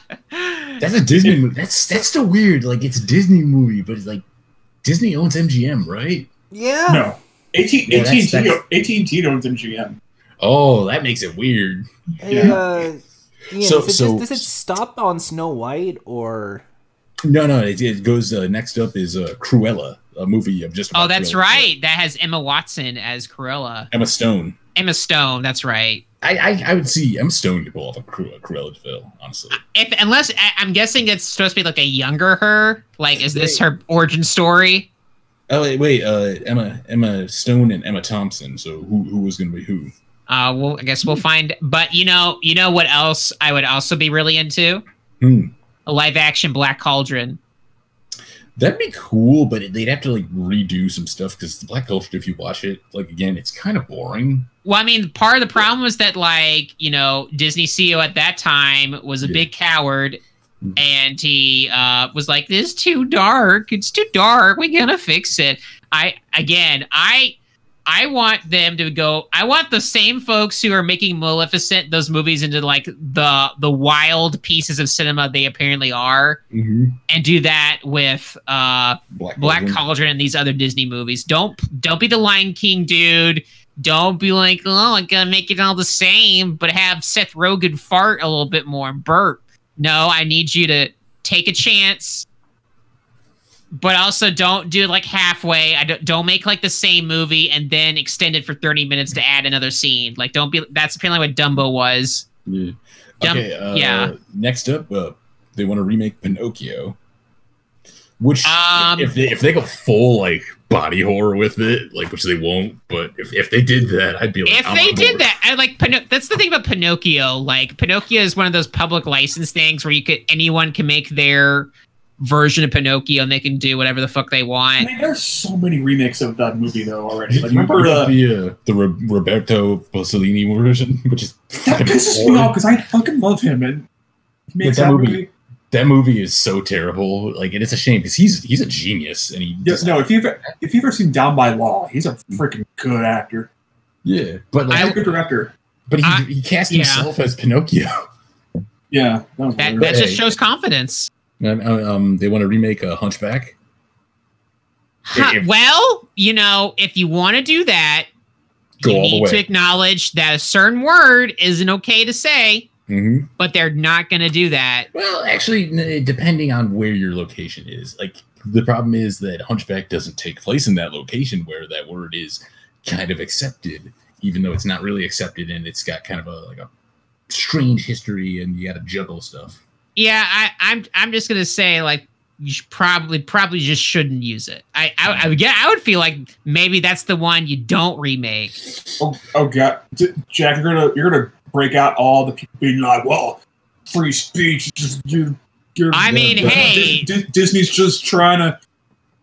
S1: That's a Disney movie. That's that's still weird. Like it's a Disney movie, but it's like Disney owns MGM, right?
S2: yeah.
S3: Oh.
S4: No. AT,
S1: Yeah, that's-
S4: AT&T,
S1: that's-
S4: AT&T owns MGM.
S1: Oh, that makes it weird.
S2: Hey,
S4: Yeah.
S2: uh, Ian,
S1: So-
S2: does, it,
S1: so-
S2: does it stop on Snow White or?
S1: No, no, it, it goes. Uh, next up is uh, Cruella, a movie of just.
S3: Oh,
S1: about
S3: that's
S1: Cruella.
S3: right. That has Emma Watson as Cruella.
S1: Emma Stone.
S3: Emma Stone. That's right.
S1: I, I, I would see Emma Stone could pull off a Cru- a Cruella Deville, honestly.
S3: If unless I, I'm guessing it's supposed to be like a younger her. Like, is this her origin story?
S1: Oh wait, wait, uh, Emma Emma Stone and Emma Thompson. So who who was going to be who?
S3: Uh, well, I guess we'll find. But you know, you know what else I would also be really into?
S1: Hmm.
S3: A live action Black Cauldron.
S1: That'd be cool, but they'd have to like redo some stuff because the Black Culture, if you watch it, like again, it's kind of boring.
S3: Well, I mean, part of the problem was that, like, you know, Disney CEO at that time was a
S1: Yeah.
S3: big coward,
S1: Mhm.
S3: and he uh, was like, "This is too dark. It's too dark. We're gonna fix it." I again, I, I want them to go. I want the same folks who are making Maleficent those movies into like the the wild pieces of cinema they apparently are,
S1: Mm-hmm.
S3: and do that with uh,
S1: Black
S3: Black
S1: Cauldron.
S3: Cauldron and these other Disney movies. Don't don't be the Lion King dude. Don't be like, oh, I'm gonna make it all the same, but have Seth Rogen fart a little bit more and burp. No, I need you to take a chance, but also don't do it like halfway. I don't, don't make like the same movie and then extend it for 30 minutes to add another scene. Like, don't be. That's apparently what Dumbo was.
S1: Yeah.
S3: Dumb-
S1: Okay. Uh,
S3: yeah.
S1: Next up, uh, they want to remake Pinocchio, which
S3: Um,
S1: if they if they go full like body horror with it, like which they won't, but if, if they did that, I'd be like,
S3: if
S1: I'm
S3: they
S1: on
S3: did
S1: board.
S3: that, I like Pino- that's the thing about Pinocchio. Like Pinocchio is one of those public license things where you could anyone can make their version of Pinocchio and they can do whatever the fuck they
S4: I
S3: want.
S4: mean, there's so many remakes of that movie, though, already.
S1: You-
S4: Like,
S1: you-
S4: remember,
S1: you
S4: uh,
S1: the, uh, the Ro- Roberto Bossellini version, which is
S4: that
S1: fucking
S4: pisses me
S1: horrible.
S4: off because I fucking love him. And he makes
S1: that
S4: that
S1: movie-
S4: movie
S1: That movie is so terrible. Like, and it's a shame because he's he's a genius, and he
S4: Yes, no. If you've if you've ever seen Down by Law, he's a freaking good actor.
S1: yeah, but
S4: He's
S1: like,
S4: a good director.
S1: but he,
S3: I-
S1: he cast
S3: yeah.
S1: himself as Pinocchio.
S4: Yeah, that was
S3: That
S4: weird.
S3: that just
S1: Hey.
S3: shows confidence.
S1: Um, um, they want to remake a Hunchback.
S3: Huh,
S1: If-
S3: well, you know, if you want to do that,
S1: Go
S3: you
S1: all the
S3: need to
S1: way.
S3: acknowledge that a certain word isn't okay to say,
S1: Mm-hmm.
S3: but they're not going to do that.
S1: Well, actually, n- depending on where your location is, like the problem is that Hunchback doesn't take place in that location where that word is kind of accepted, even though it's not really accepted, and it's got kind of a like a strange history, and you got to juggle stuff.
S3: Yeah, I, I'm. I'm just gonna say like you should probably probably just shouldn't use it. I, I, I would- yeah, I would feel like maybe that's the one you don't remake.
S4: Oh, oh god, D- Jack, you're gonna you're gonna break out all the people being like, "Well, free speech." is Just, you, you're,
S3: I mean,
S4: Dis-
S3: hey.
S4: Dis- Disney's just trying to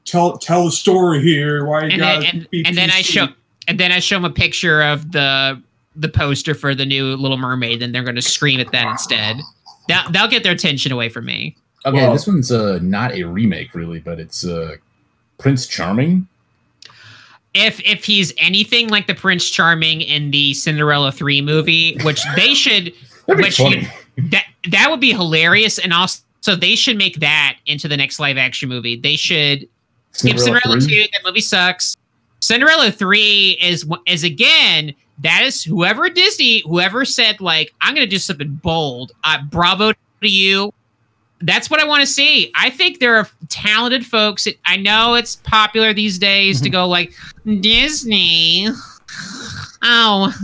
S4: tell tell a story here. Why you
S3: And then,
S4: gotta
S3: and,
S4: be
S3: and then I
S4: PC?
S3: show and then I show them a picture of the the poster for the new Little Mermaid, then they're gonna scream at that instead. That that'll get their attention away from me.
S1: Okay,
S4: Well-
S1: this one's uh, not a remake really, but it's uh, Prince Charming.
S3: If if he's anything like the Prince Charming in the Cinderella three movie, which they should
S1: That'd be
S3: Which
S1: funny.
S3: that that would be hilarious and also so they should make that into the next live action movie they should skip cinderella, 2
S1: three?
S3: that movie sucks cinderella 3 is wh- is again that is whoever at disney whoever said like i'm gonna do something bold uh, bravo to you that's what i want to see i think there are talented folks that- i know it's popular these days to go like disney oh,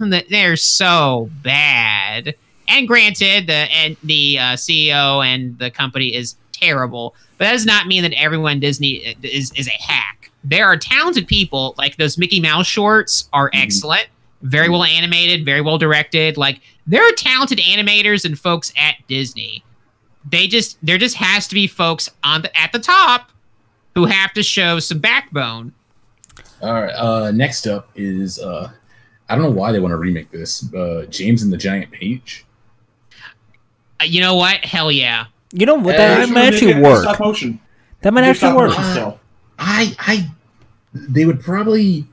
S3: oh that- they're so bad and granted, the and the uh, CEO and the company is terrible, but that does not mean that everyone Disney i- is is a hack. There are talented people like those Mickey Mouse shorts are
S1: Mhm.
S3: excellent, very well animated, very well directed. Like there are talented animators and folks at Disney. They just there just has to be folks on the, at the top who have to show some backbone.
S1: All right. Uh, next up is uh, I don't know why they want to remake this. Uh, James and the Giant Peach.
S3: Uh, you know what? Hell yeah.
S2: You know what?
S1: Hey,
S2: That
S1: I'm
S4: Should
S2: might
S4: we make
S2: actually
S4: it
S2: work.
S4: Stop motion.
S2: That might
S4: They
S2: actually
S4: stop
S2: work.
S4: motion still.
S1: I I they would probably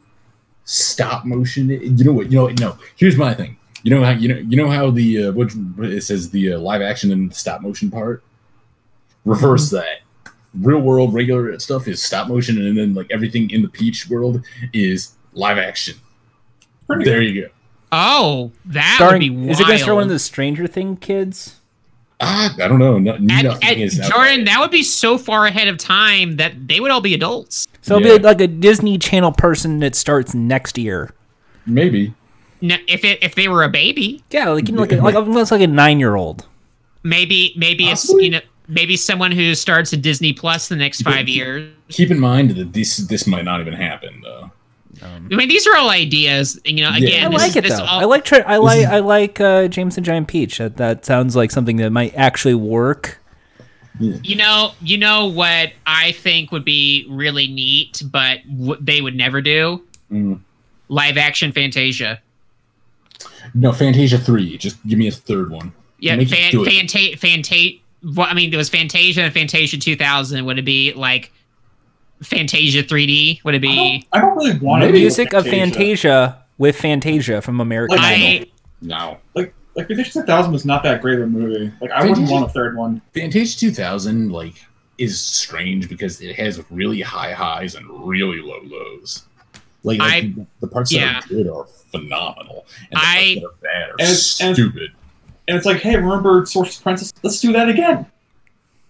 S1: stop motion. it. You know what? You know what? no. Here's my thing. You know how you know you know how the uh, what what it says the uh, live action and stop motion part. Reverse that. Real world regular stuff is stop motion, and then like everything in the Peach world is live action.
S4: Pretty
S1: There you go.
S3: Oh, that would be
S2: Starring,
S3: wild.
S2: is it going to star one of the Stranger Thing kids?
S1: Ah, I don't know. No,
S3: At-
S1: nothing
S3: at-
S1: is out
S3: Jordan,
S1: there.
S3: that would be so far ahead of time that they would all be adults.
S2: So
S1: Yeah.
S2: it'll be like a Disney Channel person that starts next year.
S1: maybe.
S3: No, if it, if they were a baby,
S2: Yeah, like you know, like a, like almost like a nine year old.
S3: maybe maybe it's
S4: Possibly.
S3: you know maybe someone who starts at Disney Plus the next five years.
S1: Keep in mind that this this might not even happen though.
S3: I mean, these are all ideas. You know,
S1: Yeah.
S3: again,
S1: I
S2: I
S3: this
S2: like
S3: is-
S2: it
S3: this
S2: though.
S3: all-
S2: I like tra- I like
S1: is-
S2: I like uh, James and Giant Peach. That, that sounds like something that might actually work.
S3: You know, you know what I think would be really neat, but w- they would never do
S1: Mm.
S3: live action Fantasia.
S1: No, Fantasia three. Just give me a third one.
S3: Yeah,
S1: Make it
S3: fan,
S1: do it.
S3: Fanta, Fanta. Well, I mean, there was Fantasia and Fantasia 2000. Would it be like Fantasia 3D? Would it
S4: I
S3: be?
S4: don't, I don't really want
S2: The
S4: to
S1: Maybe.
S4: be
S2: music of Fantasia with Fantasia from American
S4: Like,
S2: Idol.
S3: I
S1: No.
S4: Like, like Fantasia 2000 was not that great of a movie. Like, I wouldn't
S1: Fantasia-
S4: want a third one.
S1: Fantasia 2000 like is strange because it has really high highs and really low lows. Like, like,
S3: I-
S1: the parts
S3: yeah.
S1: that are good are phenomenal, and the
S3: I-
S1: parts that are bad are
S4: And- and-
S1: stupid.
S4: And it's like, hey, remember Source Princess? Let's do that again.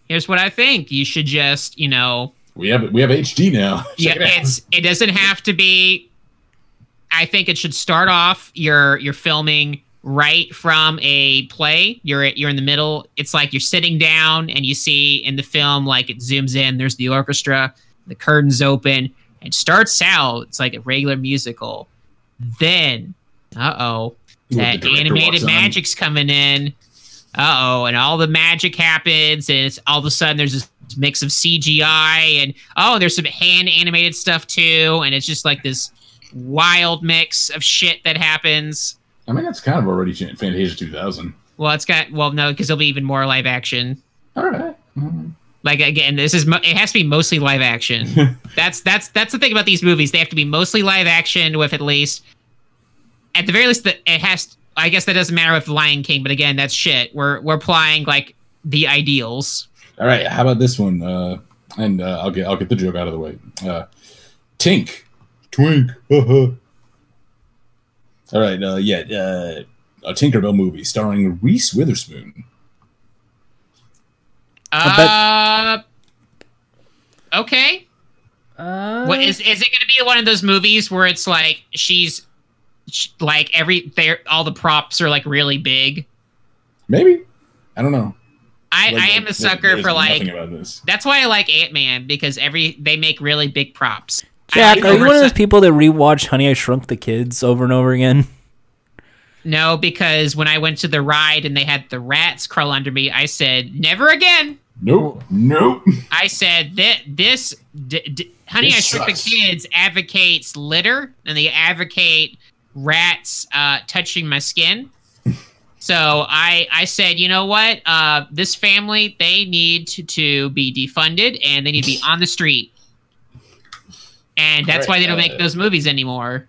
S3: here's what I think. You should just, you know,
S1: we have we have HD now. Check
S3: yeah,
S1: it out.
S3: it's it doesn't have to be. I think it should start off your your filming right from a play. You're at, you're in the middle. It's like you're sitting down and you see in the film like it zooms in. There's the orchestra. The curtains open. It starts out. It's like a regular musical. Then, uh oh,
S1: Look, the
S3: that
S1: director walks
S3: animated
S1: on.
S3: magic's coming in. Uh oh, and all the magic happens, and it's all of a sudden there's this mix of CGI and oh, there's some hand animated stuff too, and it's just like this wild mix of shit that happens.
S1: I mean, that's kind of already Fan- Fantasia 2000.
S3: Well, it's got well, no, because there'll be even more live action.
S1: All right. Mm.
S3: Like again, this is mo- it has to be mostly live action. that's that's that's the thing about these movies; they have to be mostly live action with at least, at the very least, that it has. I guess that doesn't matter with Lion King, but again, that's shit. We're we're applying like the ideals.
S1: All right. How about this one? Uh, and uh, I'll get I'll get the joke out of the way. Uh, Tink, Twink. All right. Uh, yeah. Uh, a Tinkerbell movie starring Reese Witherspoon.
S3: Uh, okay.
S2: Uh,
S3: What is is it going to be one of those movies where it's like she's sh like every there all the props are like really big?
S1: Maybe. I don't know.
S3: I
S1: Like,
S3: I am a
S1: there's-
S3: sucker
S1: there's
S3: for like
S1: nothing about this.
S3: That's why I like Ant Man because every they make really big props. I
S2: Jack,
S3: like
S2: are you one of
S3: Homer
S2: those people that rewatch Honey I Shrunk the Kids over and over again?
S3: Sim- No, because when I went to the ride and they had the rats crawl under me, I said never again.
S1: Nope. Nope.
S3: I said that this d- d- Honey
S1: This
S3: I Shrunk
S1: sucks.
S3: the Kids advocates litter and they advocate rats uh, touching my skin. So I I said, you know what? Uh, this family they need to, to be defunded and they need to be on the street. And that's why they don't make
S1: Right, uh,
S3: those movies anymore.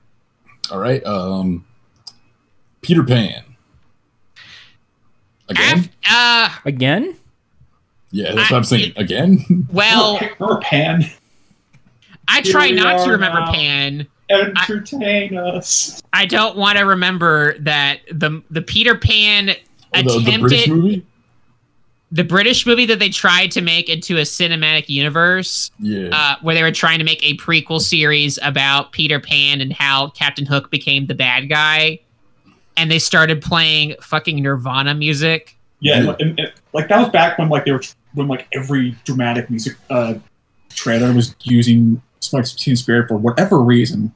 S1: All right. Um, Peter Pan. Again.
S3: Af- uh,
S2: Again?
S1: yeah, that's what I'm
S3: I-
S1: saying. Again.
S3: well,
S4: Remember Pan?
S3: I
S4: Here
S3: try
S4: we
S3: not to
S4: are
S3: remember
S4: now.
S3: Pan.
S4: Entertain us.
S3: I don't want to remember that the the Peter Pan
S1: Oh, The,
S3: attempted
S1: the British movie.
S3: the British movie that they tried to make into a cinematic universe,
S1: Yeah.
S3: uh, where they were trying to make a prequel series about Peter Pan and how Captain Hook became the bad guy, and they started playing fucking Nirvana music.
S4: Yeah,
S1: Yeah.
S4: and- and- and, like that was back when like they were when like every dramatic music uh, trailer was using Spike's Teen Spirit for whatever reason.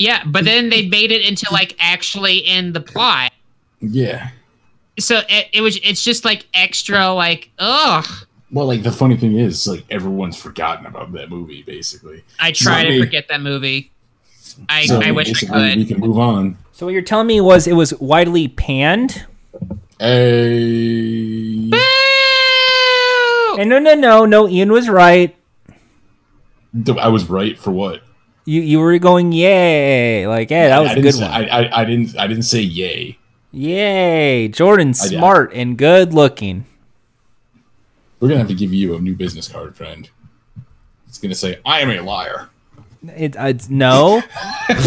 S3: Yeah, but then they made it into like actually in the plot.
S1: yeah.
S3: So it, it was it's just like extra like ugh.
S1: Well, like the funny thing is, like everyone's forgotten about that movie, basically.
S3: I try to
S4: Zombie.
S3: forget that movie. I,
S1: So,
S3: I wish I
S1: basically, We
S3: could.
S1: can move on.
S2: So what you're telling me was it was widely panned?
S1: Hey.
S3: Boo! Oh.
S2: And no, no, no, no. Ian was right.
S1: th- I was right for what?
S2: You you were going yay like hey that was
S1: I
S2: a
S1: didn't
S2: good
S1: say-
S2: one.
S1: I, I, I didn't I didn't say yay.
S2: yay, Jordan's
S1: I did.
S2: smart and good looking.
S1: We're gonna have to give you a new business card, friend. It's gonna say I am a liar.
S2: It, it's no,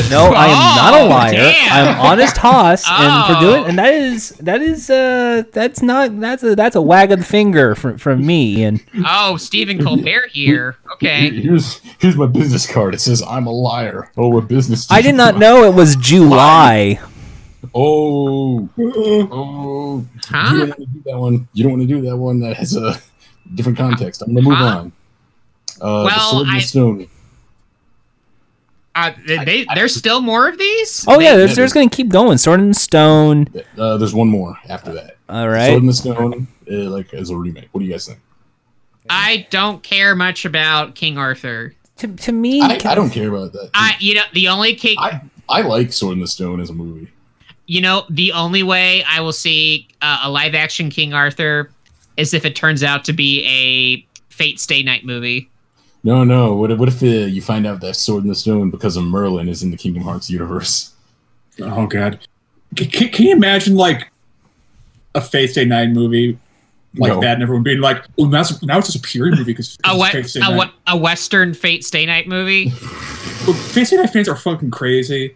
S2: no. I am not a
S3: Oh,
S2: liar.
S3: damn.
S2: I'm honest Haas, and for
S3: Oh.
S2: doing and that is that is uh that's not that's a that's a wag of the finger from from me. And
S3: Oh, Stephen Colbert here.
S1: Here-
S3: Okay.
S1: Here's here's my business card. It says I'm a liar. Oh, a business.
S2: I did not know it was July.
S1: Oh, oh. You don't
S3: Huh?
S1: want to do that one. You don't want to do that one. That has a different context. I'm gonna move
S3: Huh?
S1: on. Uh, the
S3: Well,
S1: Sword in the
S3: I-
S1: Stone.
S3: Uh, they, they, there's still more of these?
S2: Oh yeah,
S1: Wait,
S2: there's there's gonna keep going. Sword and Stone.
S1: Uh, there's one more after that.
S2: All
S1: Sword
S2: right.
S1: in the Stone, uh, like as a remake. What do you guys think?
S3: I don't care much about King Arthur.
S2: To, to me,
S1: I, I don't care about that.
S3: I, you know, the only king,
S1: I I like Sword in the Stone as a movie.
S3: you know, the only way I will see uh, a live action King Arthur is if it turns out to be a Fate Stay Night movie.
S1: No, no. What if, what if uh, you find out that Sword in the Stone because of Merlin is in the Kingdom Hearts universe?
S4: Oh god, C- c- can you imagine like a Faith Day Night movie like
S1: No.
S4: that, and everyone being like, "Oh, now it's, now it's just a pure movie because
S3: A, we-
S4: Faith Day
S3: a,
S4: Night."
S3: we- a Western Fate Stay Night movie.
S4: Look, Faith Day Night fans are fucking crazy."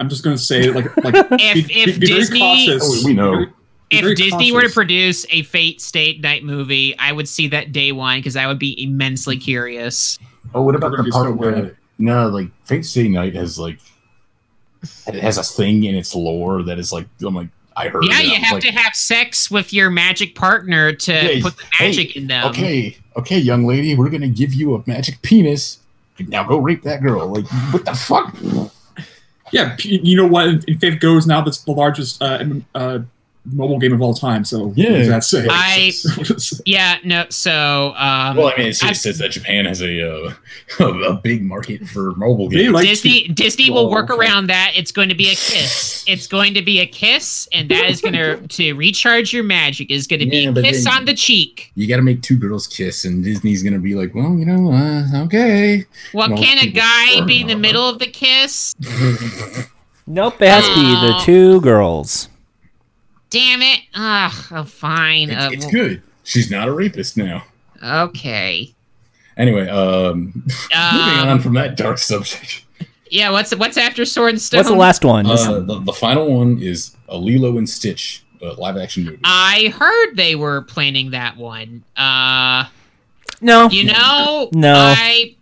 S4: I'm just gonna say, it, like, like
S3: If, if Disney,
S1: Oh, we know.
S4: Be
S3: if
S4: very
S3: Disney were to
S4: cautious.
S3: produce a Fate Stay Night movie, I would see that day one because I would be immensely curious.
S1: Oh, what
S4: about the part where-
S1: No, like Fate Stay Night has like it has a thing in its lore that is like I'm like I heard.
S3: Yeah,
S1: it,
S3: you
S1: I'm
S3: have
S1: like,
S3: to have sex with your magic partner to
S1: Yeah,
S3: put the
S1: hey,
S3: magic in them.
S1: Okay, okay, young lady, we're gonna give you a magic penis. Now go rape that girl. Like what the fuck?
S4: Yeah, p- you know what? In Faith Goes now, that's the largest uh, m- uh, mobile game of all time. So what
S1: Yeah.
S4: does that say?
S3: I- Yeah, no. So, um,
S1: Well, I mean, it
S3: I-
S1: says that Japan has a uh, a big market for mobile
S4: They
S1: games.
S4: like
S3: Disney Disney will
S4: Oh,
S3: work
S4: okay.
S3: around that. It's going to be a kiss. It's going to be a kiss, and that is going to to recharge your magic. Is going to be
S1: Yeah, but
S3: kiss
S1: then-
S3: on the cheek.
S1: you got to make two girls kiss, and Disney's gonna be like, well, you know, uh, okay.
S3: Well,
S1: Most
S3: can a
S1: people
S3: guy
S1: are
S3: be in the
S1: not.
S3: middle of the kiss? Uh,
S2: nope, it has to be the
S3: Oh.
S2: two girls.
S3: Damn it! Ugh, oh, fine.
S1: It's,
S3: uh,
S1: it's
S3: well,
S1: good. She's not a rapist now.
S3: Okay.
S1: Anyway, um, moving
S3: Um,
S1: on from that dark subject.
S3: yeah. What's what's after Sword and Stone?
S2: What's the last one?
S1: Uh, the, the final one is a Lilo and Stitch uh, live action movie.
S3: I heard they were planning that one. Uh,
S2: no,
S3: you know,
S2: No.
S3: I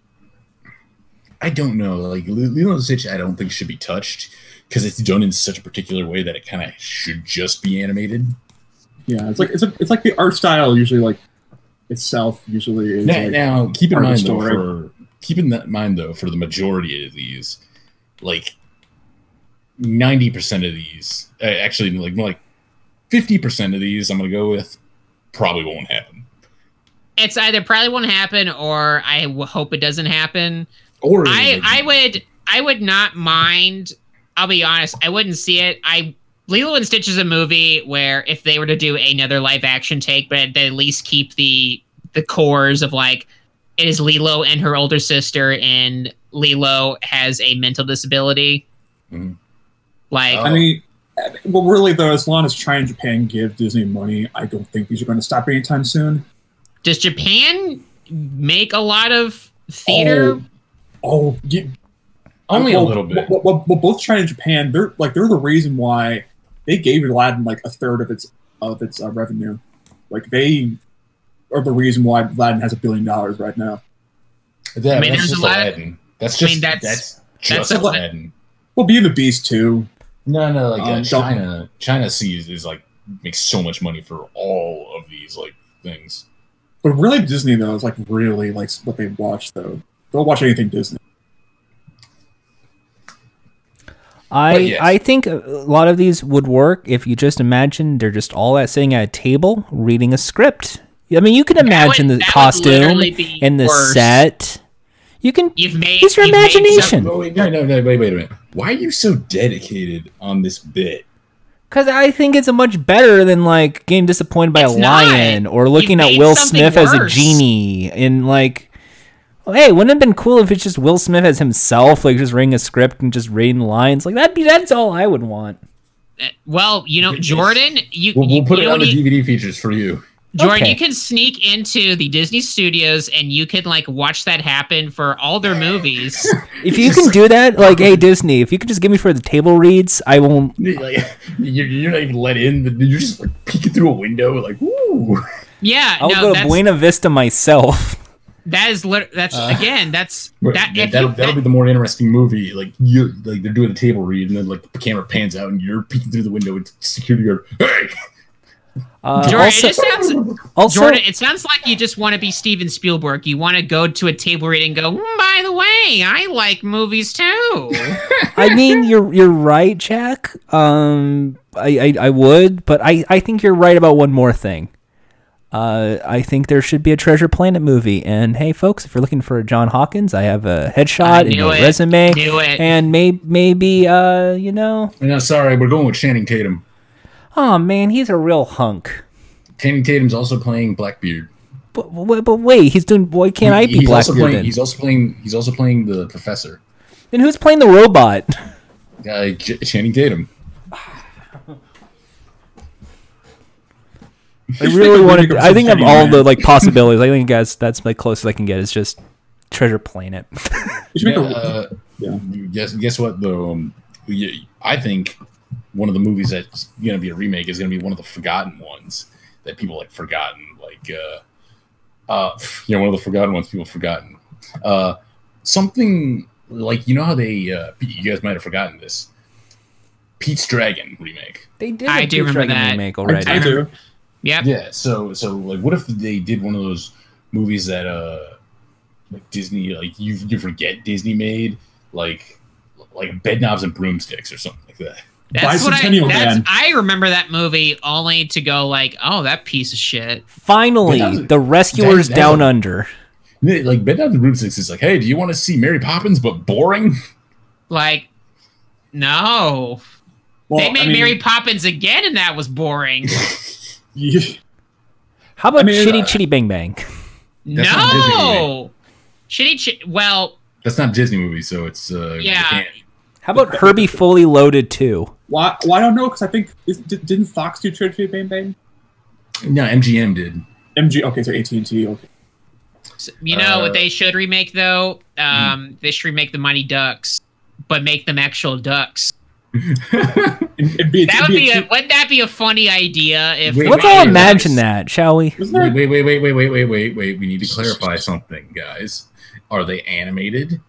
S1: I don't know, like Li- Lilo and Stitch, I don't think should be touched because it's done in such a particular way that it kind of should just be animated.
S4: yeah, it's like it's, a, it's like the art style usually like itself usually is.
S1: Now,
S4: like,
S1: now, keep in
S4: part of
S1: mind
S4: the
S1: though,
S4: story.
S1: for keep in that mind though, for the majority of these, like ninety percent of these, uh, actually like more like fifty percent of these, I'm gonna go with probably won't happen,
S3: it's either probably won't happen or I w- hope it doesn't happen.
S1: or
S3: I
S1: like,
S3: I would I would not mind. I'll be honest. I wouldn't see it. I Lilo and Stitch is a movie where if they were to do another live action take, but they at least keep the the cores of like it is Lilo and her older sister, and Lilo has a mental disability.
S1: Mhm.
S3: Like
S1: Oh.
S4: I mean, I mean, well, really though, as long as China and Japan give Disney money, I don't think these are going to stop anytime soon.
S3: Does Japan make a lot of theater?
S4: Oh, yeah,
S1: only
S4: well,
S1: a little bit.
S4: Well, well, well, both China and Japan, they're like they're the reason why they gave Aladdin like a third of its of its uh, revenue. Like they are the reason why Aladdin has a billion dollars right now.
S1: That-
S3: I mean,
S1: that's
S3: there's
S1: just
S3: a lot of-
S1: Aladdin. that's
S3: I
S1: just
S3: mean, that's-
S1: that's,
S3: that's
S1: just
S3: a lot-
S1: Aladdin.
S4: Well, Beauty and the Beast too.
S1: No, no,
S3: Oh,
S1: like uh,
S4: Um, don't-
S1: China, China sees is like makes so much money for all of these like things.
S4: But really, Disney though is like really like what they watch though. They'll watch anything Disney.
S2: I
S1: But yes.
S2: I think a lot of these would work if you just imagine they're just all at sitting at a table reading a script. I mean, you can imagine
S3: would-
S2: the
S3: that would
S2: costume
S3: literally be
S2: and the
S3: worse.
S2: set. You can
S3: You've made
S2: Use your
S3: you've made some-
S2: imagination.
S1: Oh, wait, no, no, no, wait, wait a minute. Why are you so dedicated on this bit?
S2: because I think it's a much better than like getting disappointed by
S3: It's
S2: a
S3: not.
S2: lion or
S3: You've
S2: looking at
S3: made
S2: Will
S3: something
S2: Smith as a
S3: worse.
S2: genie and like Hey, wouldn't it have been cool if it's just Will Smith as himself, like just reading a script and just reading lines? Like that'd be that's all I would want.
S3: Uh, Well, you know,
S1: Yes.
S3: Jordan, you
S1: We'll,
S3: you,
S1: we'll put
S3: you
S1: it
S3: know
S1: on the
S3: what you-
S1: DVD features for you.
S3: Jordan,
S2: Okay.
S3: you can sneak into the Disney studios and you can like watch that happen for all their movies.
S2: If you can do that, like hey Disney, if you could just give me for the table reads, I won't.
S1: Like, you're, you're not even let in. but You're just like peeking through a window, like ooh.
S3: yeah,
S2: I'll
S3: no,
S2: go to
S3: that's
S2: Buena Vista myself.
S3: that is lit- that's again that's
S1: Uh, But
S3: that,
S1: that,
S3: if
S1: that'll,
S3: you-
S1: that'll be the more interesting movie. Like you, like they're doing the table read, and then like the camera pans out, and you're peeking through the window, and security guard, hey.
S2: Uh,
S3: Jordan,
S2: also,
S3: it just sounds
S2: also,
S3: Jordan, it sounds like you just want to be Steven Spielberg. You want to go to a table read and go, "Mm, by the way, I like movies too.
S2: I mean, you're you're right, Jack. Um, I, I, I would, but I, I think you're right about one more thing. Uh, I think there should be a Treasure Planet movie. And hey, folks, if you're looking for a John Hawkins, I have a
S3: I
S2: headshot and
S3: knew
S2: a
S3: it.
S2: resume,
S3: Knew it.
S2: and may, maybe uh, you know,
S1: No, sorry, we're going with Channing Tatum.
S2: oh man, he's a real hunk.
S1: Channing Tatum's also playing Blackbeard.
S2: But, but, but wait, he's doing. Why can't I be
S1: he's
S2: Black
S1: also playing,
S2: Then?
S1: He's also playing. He's also playing the professor.
S2: then who's playing the robot?
S1: Uh, J- Channing Tatum.
S2: I really
S4: a
S2: want
S4: movie
S2: to.
S4: or
S2: I think of
S4: something,
S2: all
S4: man.
S2: the like possibilities. I think guys, that's my closest I can get is just Treasure Planet.
S4: You should make
S1: Yeah,
S4: a,
S1: uh,
S4: Yeah.
S1: Guess guess what though? Um, y- I think one of the movies that's gonna be a remake is gonna be one of the forgotten ones that people like forgotten, like uh, uh, you know, one of the forgotten ones people forgotten. Uh, something like you know how they uh, you guys might have forgotten this. Pete's Dragon remake.
S2: They did.
S3: I
S2: a
S3: do remember
S2: Dragon
S3: that.
S2: remake already.
S4: I do.
S3: yep.
S1: Yeah. So so like, what if they did one of those movies that uh, like Disney like you you forget Disney made like like bed knobs and broomsticks or something like that.
S3: That's what I.
S4: Bicentennial
S3: That's,
S4: Man.
S3: I remember that movie only to go like, oh, that piece of shit.
S2: Finally,
S1: But that was-
S2: the rescuers
S1: that- that
S2: down
S1: was-
S2: under.
S1: Yeah, Like bed knobs and broomsticks is like, hey, do you want to see Mary Poppins but boring?
S3: Like, no,
S4: Well,
S3: they made
S4: I mean,
S3: Mary Poppins again, and that was boring.
S4: you-
S2: How about
S4: I mean,
S2: Chitty
S4: uh,
S2: Chitty Bang Bang?
S1: That's not
S3: no, shitty. Ch- well,
S1: That's not a Disney movie, so it's uh, we
S3: Yeah.
S1: can't-
S2: How about Herbie Fully Loaded too?
S4: why? Well, I don't know because I think is, di- didn't Fox do Trinity Bang Bang?
S1: No, MGM did.
S4: MG. Okay, so AT and T. Okay.
S3: s- you know
S1: Uh,
S3: what they should remake though. Um, they should remake the Mighty Ducks, but make them actual ducks.
S4: And, and be,
S3: That would be. A,
S4: T-
S3: wouldn't that be a funny idea if?
S1: Wait,
S2: Let's
S1: wait,
S2: all
S1: wait,
S2: imagine
S1: wait.
S2: that, shall we?
S4: Isn't there?
S1: Wait, wait, wait, wait, wait, wait, wait, wait, wait. We need to clarify something, guys. Are they animated?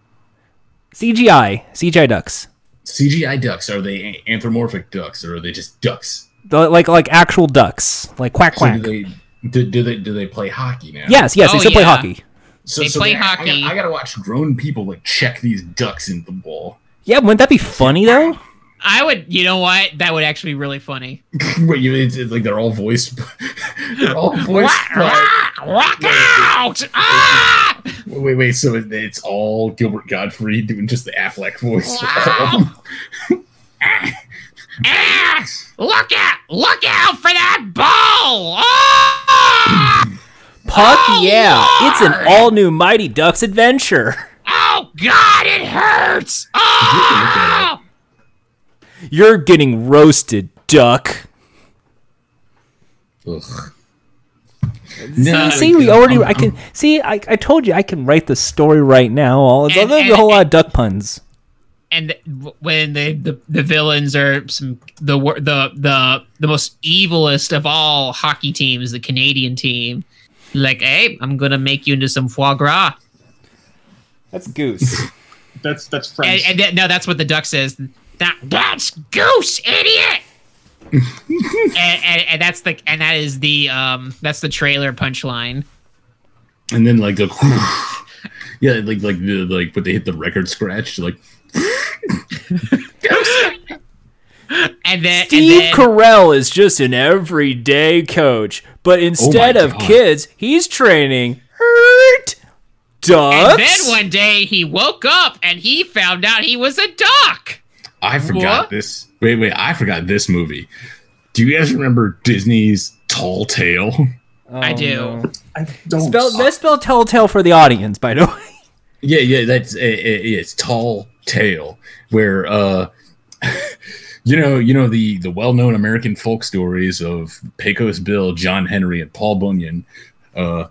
S2: CGI, CGI ducks,
S1: CGI ducks? Are they a- anthropomorphic ducks, or are they just ducks?
S2: The- like like actual ducks, like quack
S1: So do
S2: quack.
S1: they do, do they do they play hockey now?
S2: yes, yes, they
S3: Oh,
S2: still play
S3: yeah.
S2: hockey.
S1: so,
S3: They play
S1: I- I gotta- I
S3: hockey.
S1: gotta, watch grown people like check these ducks in the wall.
S2: Yeah, wouldn't that be funny though?
S3: I would. You know what? That would actually be really funny.
S1: Wait, you- it's, it's like they're all voiced. they're all voiced. by-
S3: Walk out! Ah!
S1: wait, wait, wait. So it, it's all Gilbert Godfrey doing just the Affleck voice. for all of them.
S3: Ah! Look out! Look out for that ball! Oh!
S2: Puck,
S3: Oh,
S2: yeah, it's an
S3: Lord!
S2: all new Mighty Ducks adventure.
S3: oh God! It hurts! Oh!
S2: You're getting roasted, duck.
S1: Ugh.
S2: See,
S1: No,
S2: see, we already.
S3: Um,
S1: I'm-
S2: i can see. I, I told you I can write the story right now. All it's
S3: And-
S2: other than a
S3: and-
S2: whole lot of duck puns.
S3: And th- when the, the the villains are some the wor- the the the most evilest of all hockey teams, the Canadian team, like, hey, I'm gonna make you into some foie gras.
S2: That's goose.
S4: That's that's
S3: And,
S4: French.
S3: and that- no, that's what the duck says. That, that's goose, idiot. and, and, and that's the and that is the um that's the trailer punchline.
S1: and then like the yeah, like like the like, but they hit the record scratch. Like
S3: And then
S2: Steve
S3: and then,
S2: Carell is just an everyday coach, but instead of
S1: God.
S2: kids, he's training hurt
S3: and
S2: ducks.
S3: then one day he woke up and he found out he was a duck.
S1: I forgot
S3: What?
S1: this. Wait, wait, I forgot this movie. Do you guys remember Disney's Tall Tale?
S2: Oh,
S3: I do.
S2: no.
S4: I don't.
S2: Spell, let's spell Telltale for the audience, by the way.
S1: Yeah, yeah, that's eh, eh, yeah, it's tall tale where uh you know, you know the the well-known American folk stories of Pecos Bill, John Henry and Paul Bunyan. Uh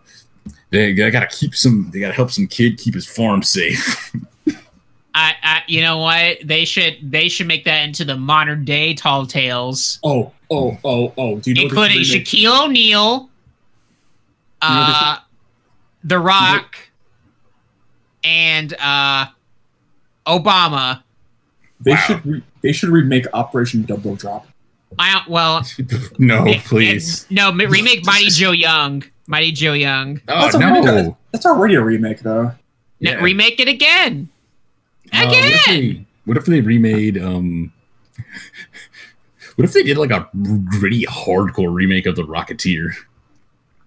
S1: they, they got to keep some they got to help some kid keep his farm safe.
S3: I, I, you know what? They should, they should make that into the modern day tall tales,
S4: Oh, oh, oh, oh. Do you know what
S3: including
S4: this remake-
S3: Shaquille O'Neal,
S4: know this-
S3: uh, The Rock, and uh, Obama.
S4: They should re- they should remake Operation Double Drop.
S3: I don't- well,
S4: Oh,
S1: no,
S3: it- it-
S1: please.
S3: no, m- remake Mighty Joe Young, Mighty Joe Young,
S1: Oh,
S4: a
S1: no.
S4: remake of- that's already a remake though.
S3: No,
S1: Yeah.
S3: remake it again,
S4: Oh,
S1: Uh, what, if
S3: again.
S1: they, what if they remade um What if they did like a gritty hardcore remake of The Rocketeer?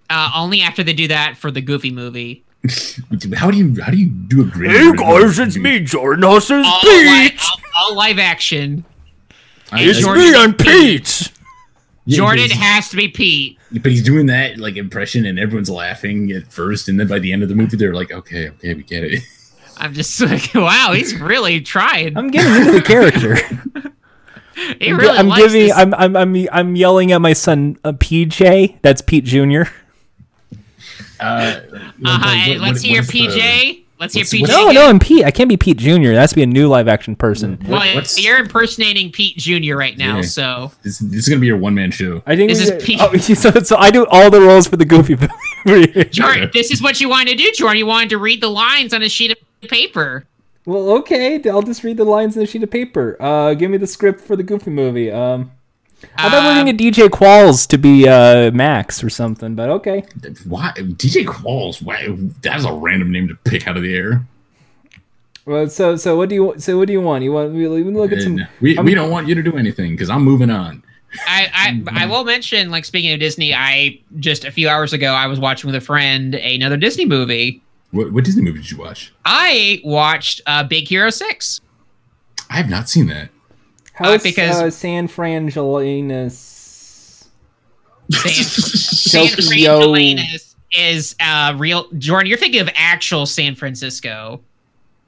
S3: uh, only after they do that for the Goofy movie.
S1: How do you how do you do a gritty?
S6: Hey guys, it's me, Jordan Hudson's
S3: All, li-
S6: Pete.
S3: all, all live action.
S1: I-
S6: It's
S1: I-
S3: Jordan-
S6: me and Pete.
S1: Yeah,
S3: Jordan
S1: he's-
S3: has to be Pete.
S1: but he's doing that like impression, and everyone's laughing at first, and then by the end of the movie, they're like, "Okay, okay, we get it."
S3: I'm just like, wow, he's really trying.
S2: I'm getting into the character.
S3: He
S2: I'm gi-
S3: really
S2: I'm
S3: likes
S2: giving.
S3: this.
S2: I'm, I'm. I'm. I'm yelling at my son, uh, PJ. That's Pete Junior.
S1: Uh,
S3: uh-huh. hey, let's hear PJ. let's hear
S1: what's-
S3: PJ.
S1: what's-
S2: No,
S3: again.
S2: no, I'm Pete. I can't be Pete Junior. That's be a new live action person.
S3: Well,
S1: what's-
S3: you're impersonating Pete Jr. right now,
S1: Yeah.
S3: so
S1: This, this is gonna be your one man show.
S2: I think
S3: This
S2: we-
S3: is Pete.
S2: Oh, so, so I do all the roles for the Goofy movie.
S3: Jordan, this is what you wanted to do, Jordan. You wanted to read the lines on a sheet of paper.
S2: Well, okay. I'll just read the lines in a sheet of paper. Uh, give me the script for the Goofy movie. Um, I thought we were
S3: Um,
S2: going to DJ Qualls to be uh, Max or something, but okay.
S1: Why DJ Qualls? Why that's a random name to pick out of the air.
S2: Well, so so what do you so what do you want? You want we we look at some?
S1: And we,
S2: I'm-
S1: we don't want you to do anything because I'm moving on.
S3: I,
S1: Mm-hmm.
S3: I I will mention, like speaking of Disney, I just a few hours ago I was watching with a friend another Disney movie.
S1: What, what Disney movie did you watch?
S3: I watched uh, Big Hero Six.
S1: I have not seen that.
S2: How is
S3: because-
S2: uh, San Frangelinas?
S3: San, San
S2: Tokyo.
S3: Frangelinas is uh, real. Jordan, you're thinking of actual San Francisco.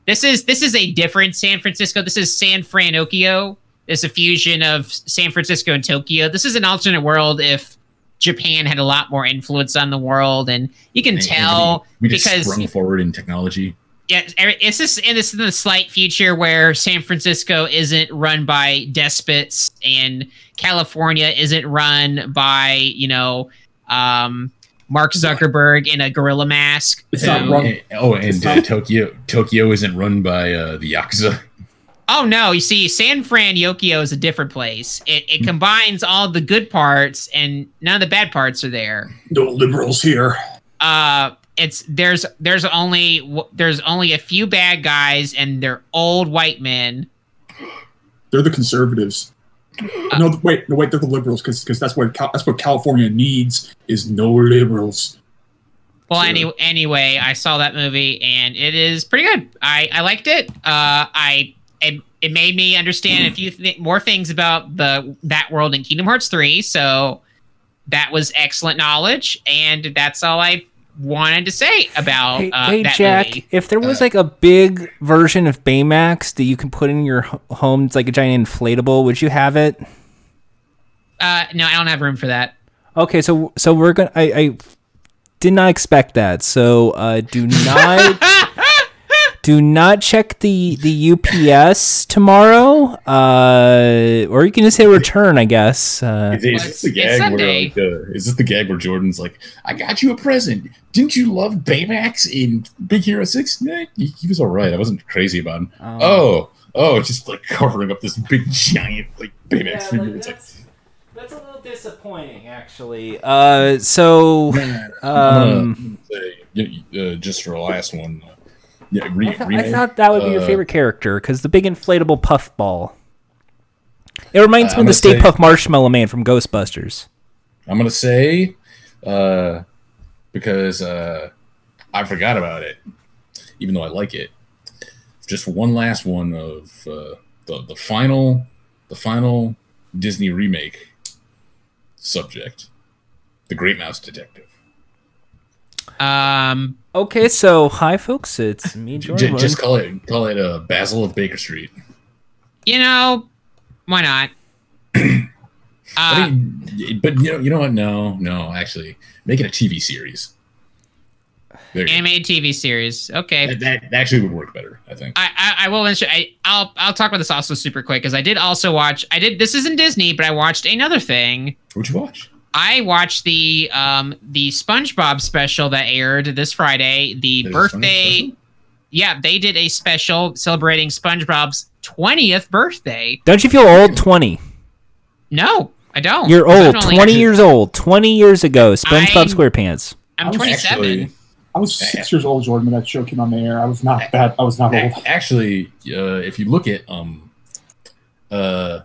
S3: This is this is a different San Francisco. This is San Franokio. It's a fusion of San Francisco and Tokyo. This is an alternate world if Japan had a lot more influence on the world, and you can tell
S1: we just
S3: because
S1: sprung forward in technology.
S3: yeah, it's just and it's in the slight future where San Francisco isn't run by despots and California isn't run by you know um, Mark Zuckerberg in a gorilla mask.
S4: It's
S3: So-
S4: not run.
S1: And- oh, and uh, Tokyo Tokyo isn't run by uh, the yakuza.
S3: Oh no! You see, San Fran Yokio is a different place. It, it combines all the good parts and none of the bad parts are there.
S4: No liberals here.
S3: uh it's there's there's only w- there's only a few bad guys and they're old white men
S4: They're the conservatives. no, th- wait, no, wait. They're the liberals because that's what Cal- that's what California needs is no liberals.
S3: well
S4: Sure.
S3: any, anyway i saw that movie and it is pretty good i i liked it uh i it, it made me understand a few th- more things about the that world in kingdom hearts 3 so that was excellent knowledge and that's all i wanted to say about
S2: Hey,
S3: uh,
S2: hey,
S3: that
S2: Jack,
S3: movie.
S2: if there was like a big version of Baymax that you can put in your h- home, it's like a giant inflatable. Would you have it?
S3: uh no i don't have room for that
S2: Okay, so so we're gonna. I, I did not expect that. So uh, do not do not check the the UPS tomorrow. Uh, or you can just hit return, I guess. Uh,
S1: Is, is this the
S3: It's
S1: gag where
S3: Sunday.
S1: like, uh, is this the gag where Jordan's like, I got you a present. Didn't you love Baymax in Big Hero Six? Nah, he, he was all right. I wasn't crazy about him.
S2: um,
S1: Oh, oh, just like covering up this big giant like Baymax figure. it's like
S2: that's a little disappointing, actually. Uh, so um,
S1: y- y- uh, just for the last one. uh, yeah, re-
S2: I, thought- I
S1: remake,
S2: thought that would be your
S1: uh,
S2: favorite character because the big inflatable puffball. It reminds
S1: Uh, I'm
S2: me of the
S1: gonna
S2: Stay
S1: say-
S2: Puff Marshmallow Man from Ghostbusters.
S1: I'm gonna say, uh, because uh, I forgot about it, even though I like it. Just one last one of uh, the the final, the final Disney remake subject, the Great Mouse Detective.
S3: Um,
S2: Okay, so hi folks, it's me,
S1: J-
S2: Jordan.
S1: just call it call it uh, Basil of Baker Street.
S3: you know, why not?
S1: I
S3: uh,
S1: mean, but you know, you know what? No, no, actually, make it a TV series. There you go.
S3: animated TV series. Okay.
S1: That, that that actually would work better, I think.
S3: I, I, I will mention I, I'll I'll talk about this also super quick because I did also watch I did this isn't Disney but I watched another thing
S1: Would you watch?
S3: I watched the um the SpongeBob special that aired this Friday the
S1: There's a
S3: birthday
S1: SpongeBob
S3: yeah they did a special celebrating SpongeBob's twentieth birthday
S2: Don't you feel old? Twenty.
S3: no I don't
S2: You're old.
S3: Oh, Definitely.
S2: Twenty years old. Twenty years ago.
S3: I'm-
S2: SpongeBob SquarePants.
S3: I'm twenty seven
S1: Actually,
S4: I was six years old, Jordan, when that show came on the air. I was not that. I was not old.
S1: ac- actually, uh, if you look at um, uh, uh,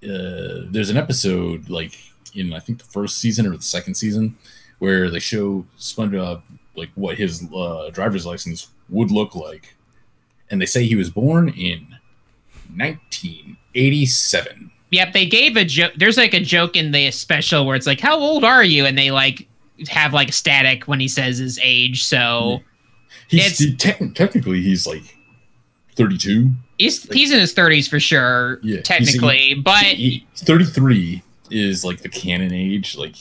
S1: there's an episode like in I think the first season or the second season where they show SpongeBob like what his uh, driver's license would look like, and they say he was born in 1987.
S3: yep they gave a joke there's like a joke in the special where it's like how old are you and they like have like static when he says his age so.
S1: He's
S3: It's-
S1: te- tec- technically he's like 32.
S3: He's he's in his thirties for sure,
S1: Yeah, he's-
S3: technically. but
S1: He- 33 is like the canon age. Like,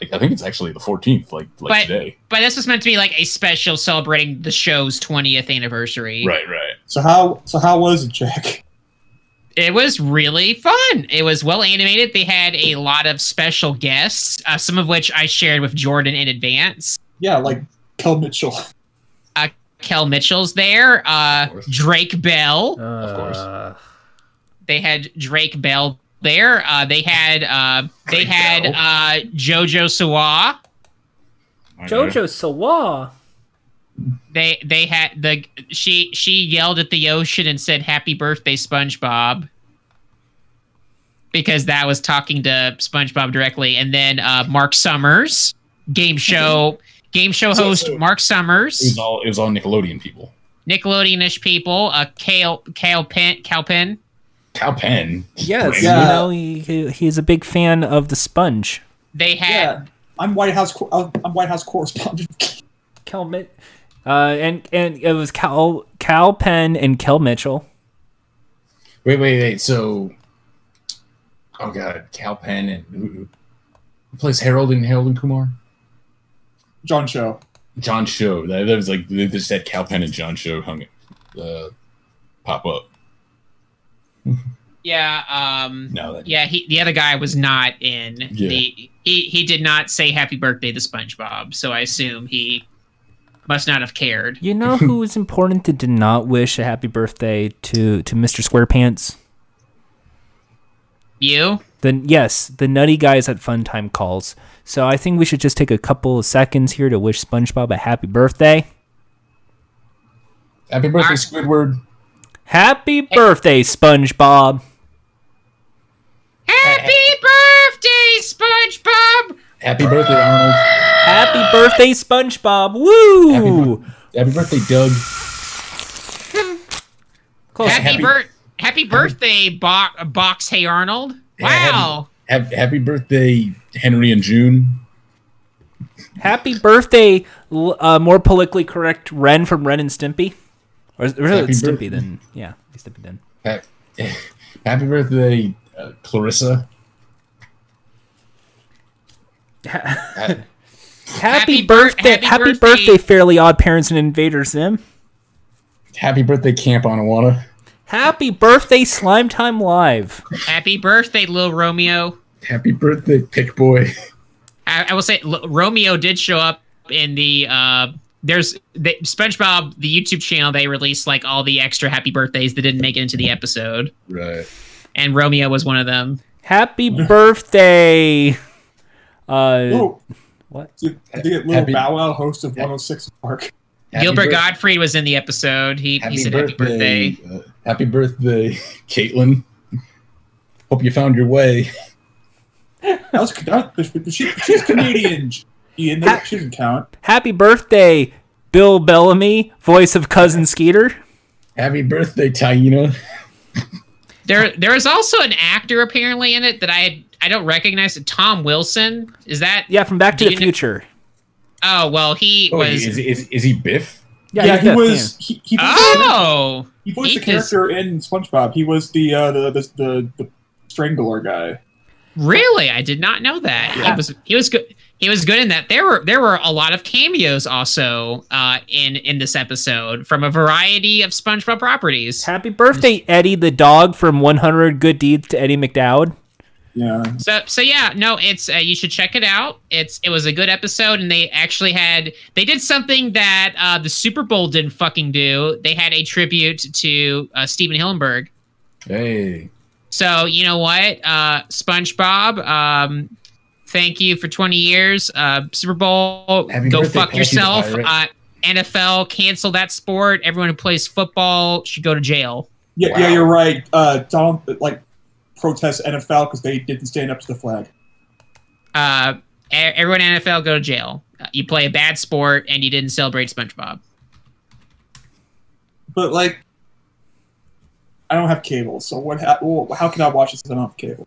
S1: like I think it's actually the 14th. Like, like
S3: But-
S1: today.
S3: but this was meant to be like a special celebrating the show's twentieth anniversary.
S1: Right, right.
S4: So how so how was it, Jack?
S3: It was really fun. It was well animated. They had a lot of special guests, uh, some of which I shared with Jordan in advance.
S4: Yeah, like Kel Mitchell.
S3: Kel Mitchell's there. Uh,
S1: Of course.
S3: Drake Bell.
S1: course.
S2: Uh,
S3: They had Drake Bell there. Uh, they had uh, they
S1: Drake
S3: had
S1: Bell.
S3: uh, JoJo Siwa.
S1: I know.
S2: Jojo Sawa.
S3: they they had the she she yelled at the ocean and said happy birthday spongebob because that was talking to spongebob directly and then uh mark summers game show game show
S1: So-
S3: host
S1: so-
S3: mark
S1: It was
S3: summers
S1: all it was all Nickelodeon people.
S3: nickelodeonish people uh kale kale Pen calpin
S1: Cal Penn.
S2: Yes,
S1: Yeah.
S2: you
S4: Yeah.
S2: know he, he he's a big fan of the sponge.
S3: they had
S4: Yeah, I'm White House. co- I'm White House correspondent.
S2: Cal Mi- uh, and and it was Cal Cal Penn and Kel Mitchell.
S1: Wait, wait, wait. So, oh god, Cal Penn and who, who plays Harold in Harold and Kumar?
S4: John Cho.
S1: John Show. That, that was like they just had Cal Penn and John Show hung uh, pop up.
S3: yeah um
S1: No, that
S3: yeah he the other guy was not in
S1: Yeah.
S3: the he he did not say happy birthday to spongebob so i assume he must not have cared
S2: You know who was important that did not wish a happy birthday to to Mr. Squarepants?
S3: You?
S2: Then yes, the nutty guys at Fun Time calls. So I think we should just take a couple of seconds here to wish SpongeBob a happy birthday.
S1: Happy birthday,
S3: Our-
S1: Squidward.
S2: Happy birthday, SpongeBob.
S3: Happy birthday, SpongeBob!
S1: Happy birthday, Arnold.
S2: Happy birthday, SpongeBob. Woo!
S1: Happy, bir- happy birthday, Doug.
S2: Close.
S3: Oh, happy,
S1: happy-
S3: bir- happy birthday, bo- Box Hey Arnold.
S1: Yeah,
S3: Wow.
S1: Hap- happy birthday, Henry and June.
S2: Happy birthday, l- uh, more politically correct Ren from Ren and Stimpy. Or, is- or is it
S1: Happy
S2: Stimpy
S1: birthday.
S2: then? Yeah, it's Stimpy then.
S1: Ha- happy birthday, uh, Clarissa. Ha-
S2: Happy,
S3: bir-
S2: birthday,
S3: happy
S2: happy birthday.
S3: birthday.
S2: Fairly Odd Parents and Invader Zim.
S1: happy birthday, Camp Onawana.
S2: Happy birthday, Slime Time Live.
S3: Happy birthday, Lil Romeo.
S1: Happy birthday, Pick Boy.
S3: I, I will say, L- Romeo did show up in the. Uh, there's the, SpongeBob, the YouTube channel, they released like all the extra happy birthdays that didn't make it into the episode.
S1: Right.
S3: And Romeo was one of them.
S2: Happy birthday. Uh,
S4: Oh,
S2: what?
S4: did, did it little
S1: Happy-
S4: Bow Wow, host of 106 Park.
S1: Happy
S3: Gilbert
S1: birth-
S3: Godfrey was in the episode. He, he said happy birthday.
S1: uh, happy birthday, Caitlin. Hope you found your way.
S4: That was that, was- she, she's Canadian. Ian,
S3: Ah.
S4: that, she doesn't count.
S2: Happy birthday, Bill Bellamy, voice of Cousin Skeeter.
S1: Happy birthday, Taina.
S3: There, there is also an actor apparently in it that I I don't recognize. Tom Wilson is that?
S2: Yeah, from Back to
S3: Do
S2: the
S3: you kn-
S2: Future.
S3: Oh well, he
S1: Oh,
S3: was.
S1: is, is, is he Biff?
S4: Yeah, he was. He, he voiced,
S3: oh,
S4: he voiced
S3: he
S4: the character in SpongeBob. He was the uh, the, the the the strangler guy.
S3: really? I did not know that. He
S2: Yeah.
S3: was he was good. He was good in that. There were there were a lot of cameos also uh, in in this episode from a variety of SpongeBob properties.
S2: Happy birthday, Eddie the dog from 100 Good Deeds to Eddie McDowd.
S4: Yeah,
S3: So so yeah, no, it's uh, you should check it out. It's it was a good episode, and they actually had they did something that uh, the Super Bowl didn't fucking do. They had a tribute to uh, Steven Hillenberg.
S1: Hey,
S3: So you know what, uh, SpongeBob, um, thank you for 20 years. Uh, Super Bowl,
S1: Happy
S3: go
S1: birthday, Patsy
S3: fuck
S1: the
S3: yourself.
S1: Pirate.
S3: Uh, NFL, cancel that sport. Everyone who plays football should go to jail.
S4: yeah,
S1: Wow.
S4: yeah. You're right. Uh, Donald like protests NFL because they didn't stand up to the flag.
S3: Uh, e- everyone in NFL, go to jail. Uh, you play a bad sport and you didn't celebrate SpongeBob.
S4: But like, I don't have cable, so what? Ha- well, how can I watch this if I don't have cable?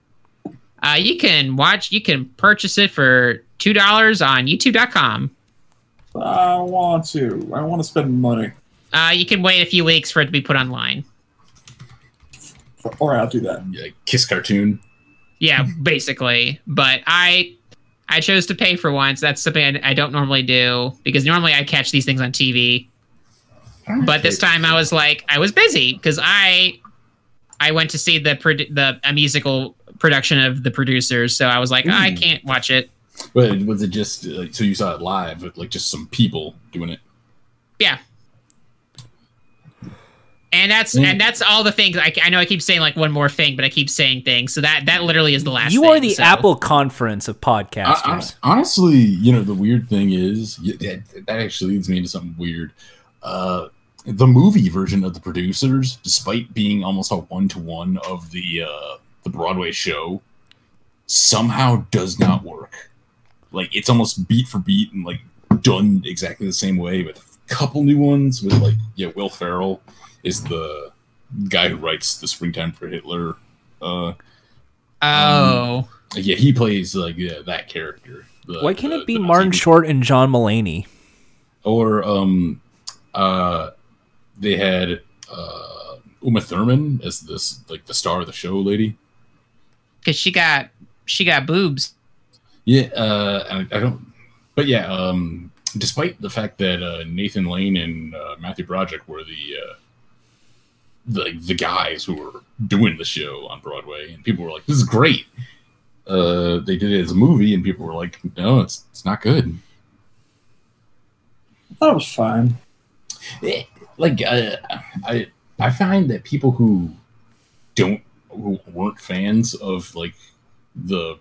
S3: Uh, you can watch, you can purchase it for two dollars on YouTube.com.
S4: I want to. I want to spend money.
S3: Uh, you can wait a few weeks for it to be put online.
S4: For, all right, I'll do that.
S1: yeah, kiss cartoon.
S3: Yeah, basically. But I, I chose to pay for once. That's something I, I don't normally do because normally I catch these things on TV. But this time I was like, I was busy because I, I went to see the produ- the a musical production of the producers. So I was like, I
S1: Ooh.
S2: Mm.
S3: can't watch it.
S1: But was it just like so you saw it live with like just some people doing it?
S3: Yeah. And that's
S1: Mm.
S3: and that's all the things. I, I know I keep saying like one more thing, but I keep saying things. So that that literally is the last.
S2: You
S3: thing,
S2: are the
S3: so-
S2: Apple conference of podcasters.
S1: I- I- honestly, you know, the weird thing is y- that, that actually leads me into something weird. Uh, the movie version of the producers, despite being almost a one to one of the uh, the Broadway show, somehow does not work. Like it's almost beat for beat and like done exactly the same way with a couple new ones. With like yeah, Will Ferrell is the guy who writes the Springtime for Hitler. Uh,
S3: Oh,
S1: yeah, he plays like yeah, that character. the-
S2: Why can't
S1: the-
S2: it be
S1: the
S2: Martin
S1: Nazi-
S2: Short and John Mulaney?
S1: Or um, uh, they had uh Uma Thurman as this like the star of the show lady.
S3: because she got she got boobs.
S1: Yeah, uh, I, I don't. But yeah, um, despite the fact that uh, Nathan Lane and uh, Matthew Broderick were the uh, the the guys who were doing the show on Broadway, and people were like, "This is great." Uh, they did it as a movie, and people were like, "No, it's it's not good."
S4: I thought it was fine.
S1: Eh, like uh, I I find that people who don't who weren't fans of like the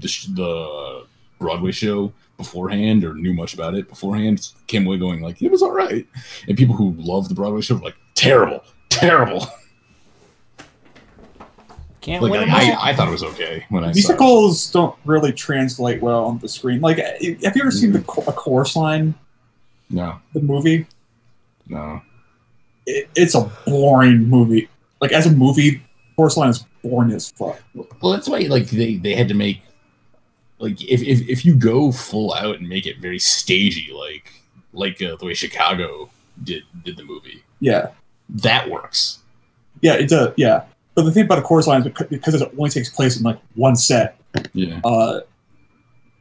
S1: the, sh- the Broadway show beforehand or knew much about it beforehand came away going like it was all right, and people who love the Broadway show were like terrible, terrible.
S2: Can't
S1: Like
S2: win 'em all.
S1: I, I thought it was okay when I saw it.
S4: Musicals don't really translate well on the screen. Like, eh, have you ever seen the cho- a chorus line?
S1: No,
S4: The movie.
S1: no.
S4: It, it's a boring movie. Like as a movie, chorus line is boring as fuck.
S1: Well, that's why like they they had to make like if if, if you go full out and make it very stagey, like like uh, the way Chicago did did the movie,
S4: Yeah,
S1: that works.
S4: yeah, it does. Yeah, but the thing about a chorus line is becau- because it only takes place in like one set.
S1: Yeah.
S4: Uh,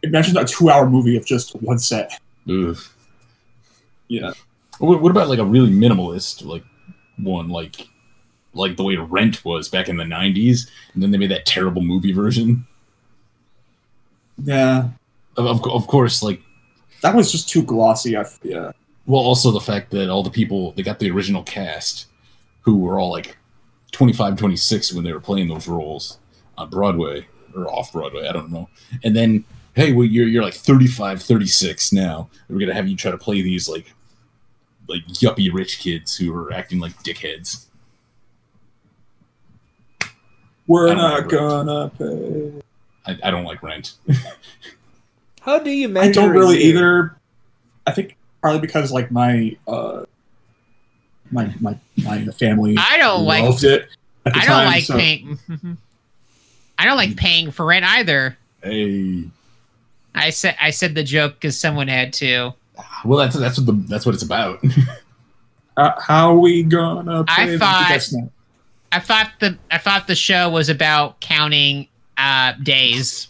S4: imagine a two-hour movie of just one set.
S1: Ugh.
S4: Yeah.
S1: What, what about like a really minimalist like one like like the way Rent was back in the '90s, and then they made that terrible movie version.
S4: Yeah,
S1: Of, of, co- of course, like
S4: that was just too glossy. I, f- yeah,
S1: Well, also the fact that all the people they got the original cast who were all like 25, 26 when they were playing those roles on Broadway or off Broadway, I don't know. And then hey, well you're you're like 35, 36 now. and We're going to have you try to play these like like yuppie rich kids who are acting like dickheads.
S4: we're
S1: I don't
S4: not
S1: remember.
S4: gonna pay.
S1: I, I don't like Rent.
S2: How do you measure?
S4: I don't
S2: a
S4: really
S2: year?
S4: either. I think partly because like my uh my my my family
S3: I don't like
S4: loved it. at the
S3: I don't
S4: time,
S3: like
S4: so-
S3: paying. I don't like paying for rent either.
S1: Hey,
S3: I said I said the joke because someone had to.
S1: Well, that's that's what the that's what it's about.
S4: Uh, how we gonna
S3: I
S4: play the
S3: thought-
S4: guess now?
S3: I thought the I thought the show was about counting uh, days.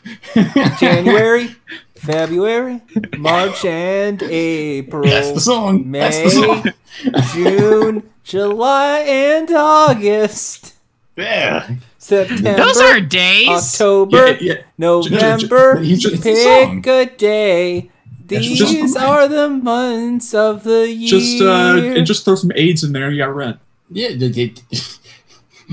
S2: January, February, March, and April.
S1: that's the song. That's the song.
S2: June, July, and August.
S1: Yeah.
S2: September,
S3: Those are days.
S2: October,
S4: Yeah, yeah.
S2: November.
S1: Ju- ju- ju- it's a song.
S2: pick a day.
S1: It's
S2: These
S1: just-
S2: are the months of the year.
S4: Just uh, and just throw some AIDS in there. You got rent.
S1: Yeah. it- it-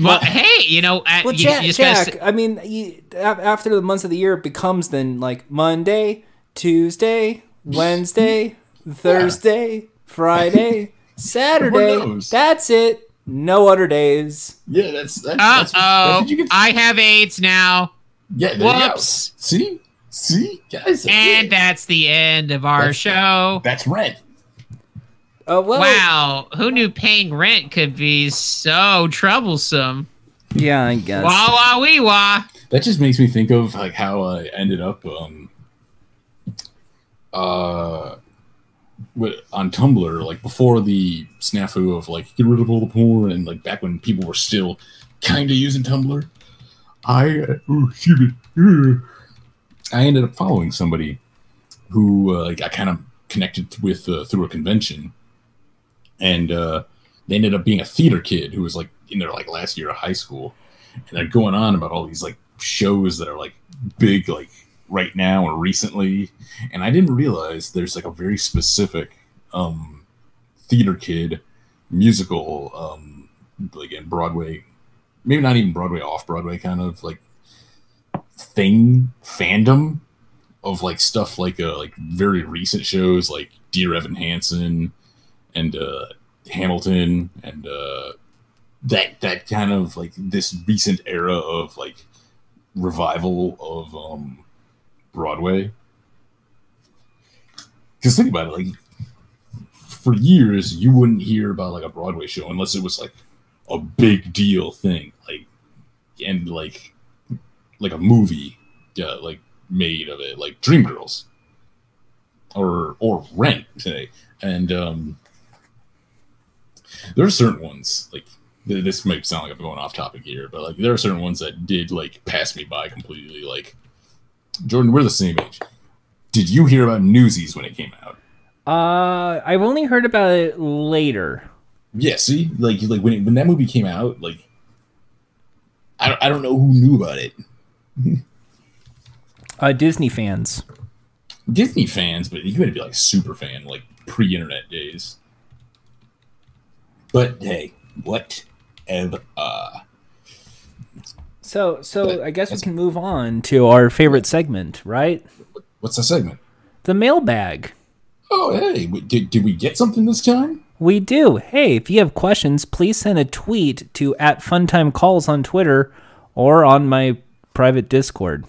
S3: well, hey, you know, uh,
S2: well,
S3: you,
S2: Jack.
S3: you just gotta
S2: Jack.
S3: s-
S2: I mean, you, a- after the months of the year, it becomes then like Monday, Tuesday, Wednesday, Thursday, Friday, Saturday.
S1: knows?
S2: That's it. No other days.
S1: yeah. That's that's,
S3: Uh
S1: that's, that's
S3: oh,
S1: what you get.
S3: I have AIDS now.
S1: yeah. There you go.
S3: Whoops.
S1: See, see, guys.
S3: And that's the end of our
S1: That's-
S3: show.
S1: that's red.
S2: Uh, well,
S3: Wow, who knew paying rent could be so troublesome?
S2: Yeah, I guess.
S3: Wah wah wee wah.
S1: That just makes me think of like how I ended up um uh wi- on Tumblr like before the snafu of like get rid of all the porn and like back when people were still kind of using Tumblr. I uh, oh, excuse me. Ugh. I ended up following somebody who uh, like I kind of connected with uh, through a convention, and uh, they ended up being a theater kid who was like in their like last year of high school, and they're going on about all these like shows that are like big like right now or recently and i didn't realize there's like a very specific um theater kid musical um like in broadway maybe not even broadway off broadway kind of like thing fandom of like stuff like uh like very recent shows like dear evan hansen and uh hamilton and uh that that kind of like this recent era of like revival of um Broadway. Because think about it, like for years you wouldn't hear about like a Broadway show unless it was like a big deal thing, like and like like a movie, yeah, like made of it, like Dreamgirls or or Rent today, and um, there are certain ones like th- this might sound like I'm going off topic here, but like there are certain ones that did like pass me by completely. Like Jordan, we're the same age. Did you hear about Newsies when it came out?
S2: Uh, I've only heard about it later.
S1: Yeah, see, like like when it, when that movie came out, like I don't, I don't know who knew about it.
S2: Uh, Disney fans.
S1: Disney fans, but you had to be like super fan, like pre-internet days. But hey, what? Ev, uh,
S2: So, so
S1: But
S2: I guess we
S1: that's-
S2: can move on to our favorite segment, right?
S1: what's the segment?
S2: The mailbag.
S1: Oh, hey, w- did, did we get something this time?
S2: We do. Hey, if you have questions, please send a tweet to at Funtime Calls on Twitter or on my private Discord.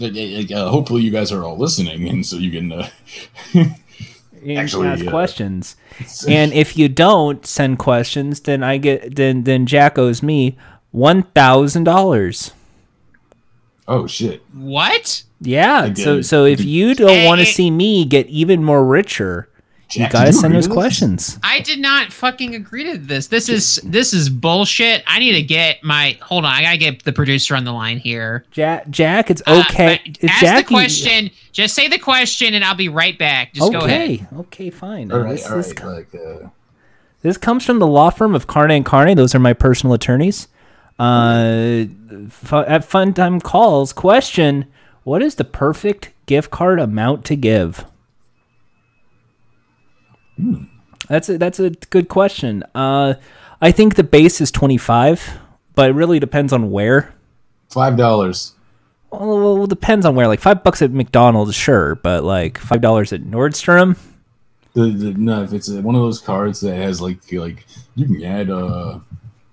S1: Like, like, Uh, hopefully, you guys are all listening, and so you can uh,
S2: And
S1: Actually,
S2: ask
S1: uh,
S2: questions. and if you don't send questions, then I get then then Jack owes me one thousand dollars.
S1: Oh shit!
S3: What?
S2: Yeah.
S1: I
S2: So
S1: did.
S2: so if you don't
S3: Hey,
S2: want to
S3: hey.
S2: see me get even more richer, you
S1: Jack,
S2: gotta
S1: did
S2: send
S1: agree
S2: us
S1: to this?
S2: questions.
S3: I did not fucking agree to this. This is this is bullshit. I need to get my hold on. I gotta get the producer on the line here.
S2: Jack, Jack, it's
S3: Uh,
S2: okay.
S3: but ask
S2: Jack,
S3: the question. Just say the question, and I'll be right back. Just go ahead.
S2: okay, okay, fine.
S1: All right,
S2: this,
S1: all
S2: this
S1: right.
S2: co-
S1: Like, uh,
S2: This comes from the law firm of Carne and Carne. Those are my personal attorneys. Uh, fu- at Fun Time Calls, question What is the perfect gift card amount to give? Hmm. That's a, that's a good question. Uh, I think the base is 25, but it really depends on where.
S1: five dollars.
S2: Well, well, it depends on where. Like five bucks at McDonald's, sure, but like five dollars at Nordstrom.
S1: The, the no, if it's uh, one of those cards that has like like you can add uh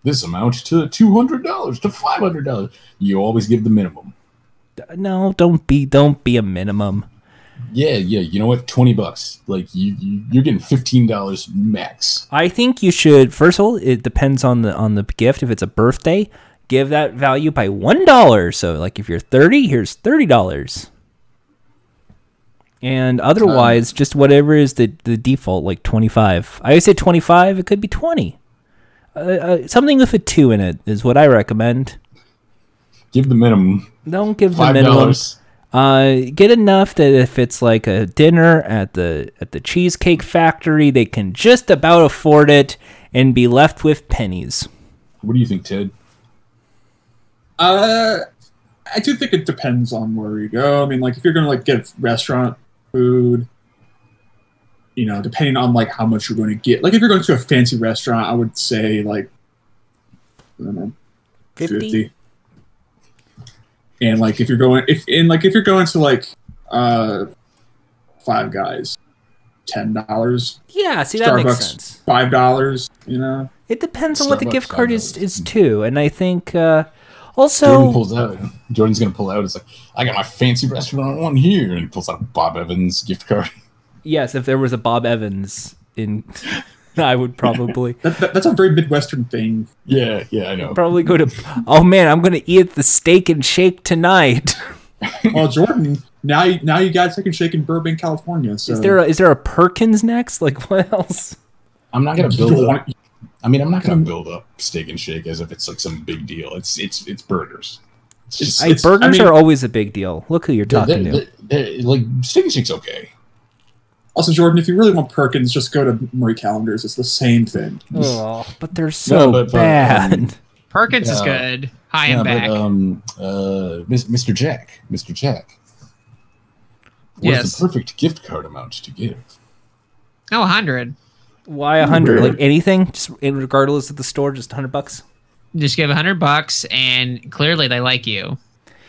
S1: this amount to two hundred dollars to five hundred dollars. You always give the minimum.
S2: No, don't be don't be a minimum.
S1: Yeah, yeah. You know what? Twenty bucks. Like you, you you're getting fifteen dollars max.
S2: I think you should first of all, it depends on the on the gift. If it's a birthday, give that value by one dollar. So like if you're thirty, here's thirty dollars. and otherwise just whatever is the the default like 25 i always say 25 it could be 20 uh, uh, something with a 2 in it is what i recommend
S1: Give the minimum
S2: don't give the
S1: five
S2: minimum
S1: dollars.
S2: uh, get enough that if it's like a dinner at the at the cheesecake factory they can just about afford it and be left with pennies
S1: What do you think, Ted?
S4: Uh, I do think it depends on where you go. I mean, like if you're gonna like get restaurant food, you know, depending on like how much you're going to get. Like if you're going to a fancy restaurant, I would say like I don't know, 50. And like if you're going if and like if you're going to like uh five guys, ten dollars,
S2: yeah see that makes
S4: Starbucks.
S2: sense
S4: five dollars, you know.
S2: It depends on what the
S1: Starbucks,
S2: gift
S1: I
S2: card
S1: know.
S2: is is too, and I think uh,
S1: Jordan
S2: also
S1: pulls out. Jordan's gonna pull out. It's like I got my fancy restaurant one here, and he pulls out Bob Evans gift card.
S2: yes, if there was a Bob Evans in, I would probably
S4: That, that, that's a very midwestern thing.
S1: Yeah, yeah, I know.
S2: probably go to. Oh man, I'm gonna eat the steak and shake tonight.
S4: Well, Jordan, now you now you got second shake in Burbank, California. So
S2: Is there a, is there a Perkins next? Like what else?
S1: I'm not gonna
S4: you
S1: build
S4: don't
S1: up.
S4: want
S1: I mean, I'm not
S2: Mm-hmm.
S1: gonna build up Steak and Shake as if it's like some big deal. It's it's it's burgers. It's just
S2: I,
S4: it's- I
S2: burgers
S4: mean-
S2: are always a big deal. Look who you're
S1: they're-
S2: talking
S1: they're-
S2: to.
S1: they're- like Steak and Shake's okay.
S4: Also, Jordan, if you really want Perkins, just go to Murray Calendars. It's the same thing.
S2: Oh, but they're so
S1: but, but,
S2: bad.
S1: um,
S3: Perkins is
S1: Yeah.
S3: good. High
S1: yeah,
S3: and back.
S1: but um, uh, Mis- Mr. Jack, Mr. Jack. What is
S3: Yes.
S1: the
S3: Oh,
S1: perfect gift card amount to give?
S3: no, 100.
S2: Why a hundred? Like anything, just in- regardless of the store, just hundred bucks.
S3: Just give 100 bucks, and clearly they like you.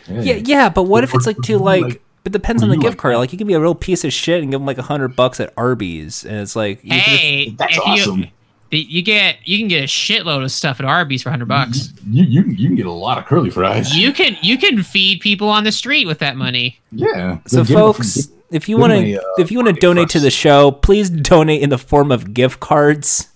S2: Yeah, yeah, but what if it's like too
S1: Or-
S2: like?
S1: like,
S2: but depends on
S1: what
S2: the
S1: do you
S2: gift
S1: like?
S2: card. Like you can be a real piece of shit and give them like a hundred bucks at Arby's, and it's like, you can just-
S3: hey,
S1: That's
S3: if
S1: awesome.
S3: you, the- you get you can get a shitload of stuff at Arby's for 100 bucks.
S1: You, you you can get a lot of curly fries.
S3: you can you can feed people on the street with that money.
S1: yeah.
S2: so,
S1: Then give 'em a-
S2: folks, if you
S1: give
S2: want
S1: 'em a,
S2: to,
S1: uh,
S2: if you want to
S1: pocket
S2: donate to
S1: first.
S2: the show, please donate in the form of gift cards.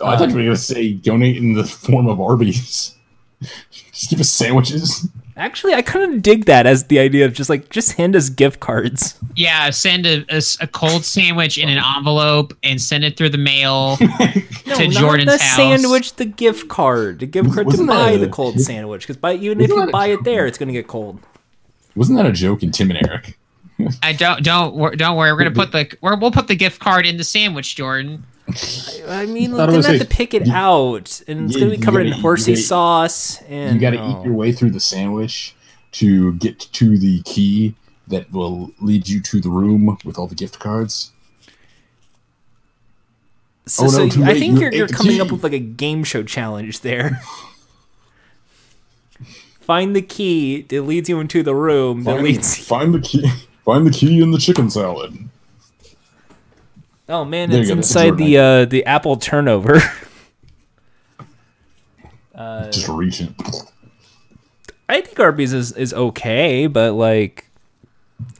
S1: Oh, I thought you were gonna say donate in the form of Arby's. Just give us sandwiches.
S2: Actually, I kind of dig that as the idea of just like just hand us gift cards.
S3: Yeah, send a, a s- a cold sandwich in an envelope and send it through the mail to Jordan's
S2: the
S3: house.
S2: sandwich, the gift card, the gift card to
S1: wasn't that
S2: buy
S1: a-
S2: the cold sandwich. Because by even
S1: wasn't
S2: if you
S1: that a
S2: buy it
S1: joke?
S2: there, it's gonna get cold.
S1: Wasn't that a joke in Tim and Eric?
S3: I don't don't wor- don't worry. We're gonna put the we're, we'll put the gift card in the sandwich, Jordan.
S2: I mean, like,
S4: thought it
S2: then
S4: was
S2: have
S4: a-
S2: to pick it out, and it's
S1: you-
S2: gonna be
S1: you
S2: covered
S1: gotta
S2: in
S1: eat- you
S2: horsey
S1: gotta-
S2: sauce. And
S1: You got to
S2: oh.
S1: eat your way through the sandwich to get to the key that will lead you to the room with all the gift cards.
S2: So,
S1: Oh, no,
S2: so
S1: too
S2: I
S1: late,
S2: think
S1: you
S2: you're,
S1: ate
S2: you're
S1: the
S2: coming up
S1: key.
S2: with like a game show challenge there. Find the key that leads you into the room that
S1: Find,
S2: leads.
S1: find the key. Find the key in the chicken salad.
S2: Oh man,
S1: There you
S2: it's
S1: go, that's the
S2: inside the uh, the apple turnover.
S1: Just reach it.
S2: I think Arby's is, is okay, but like,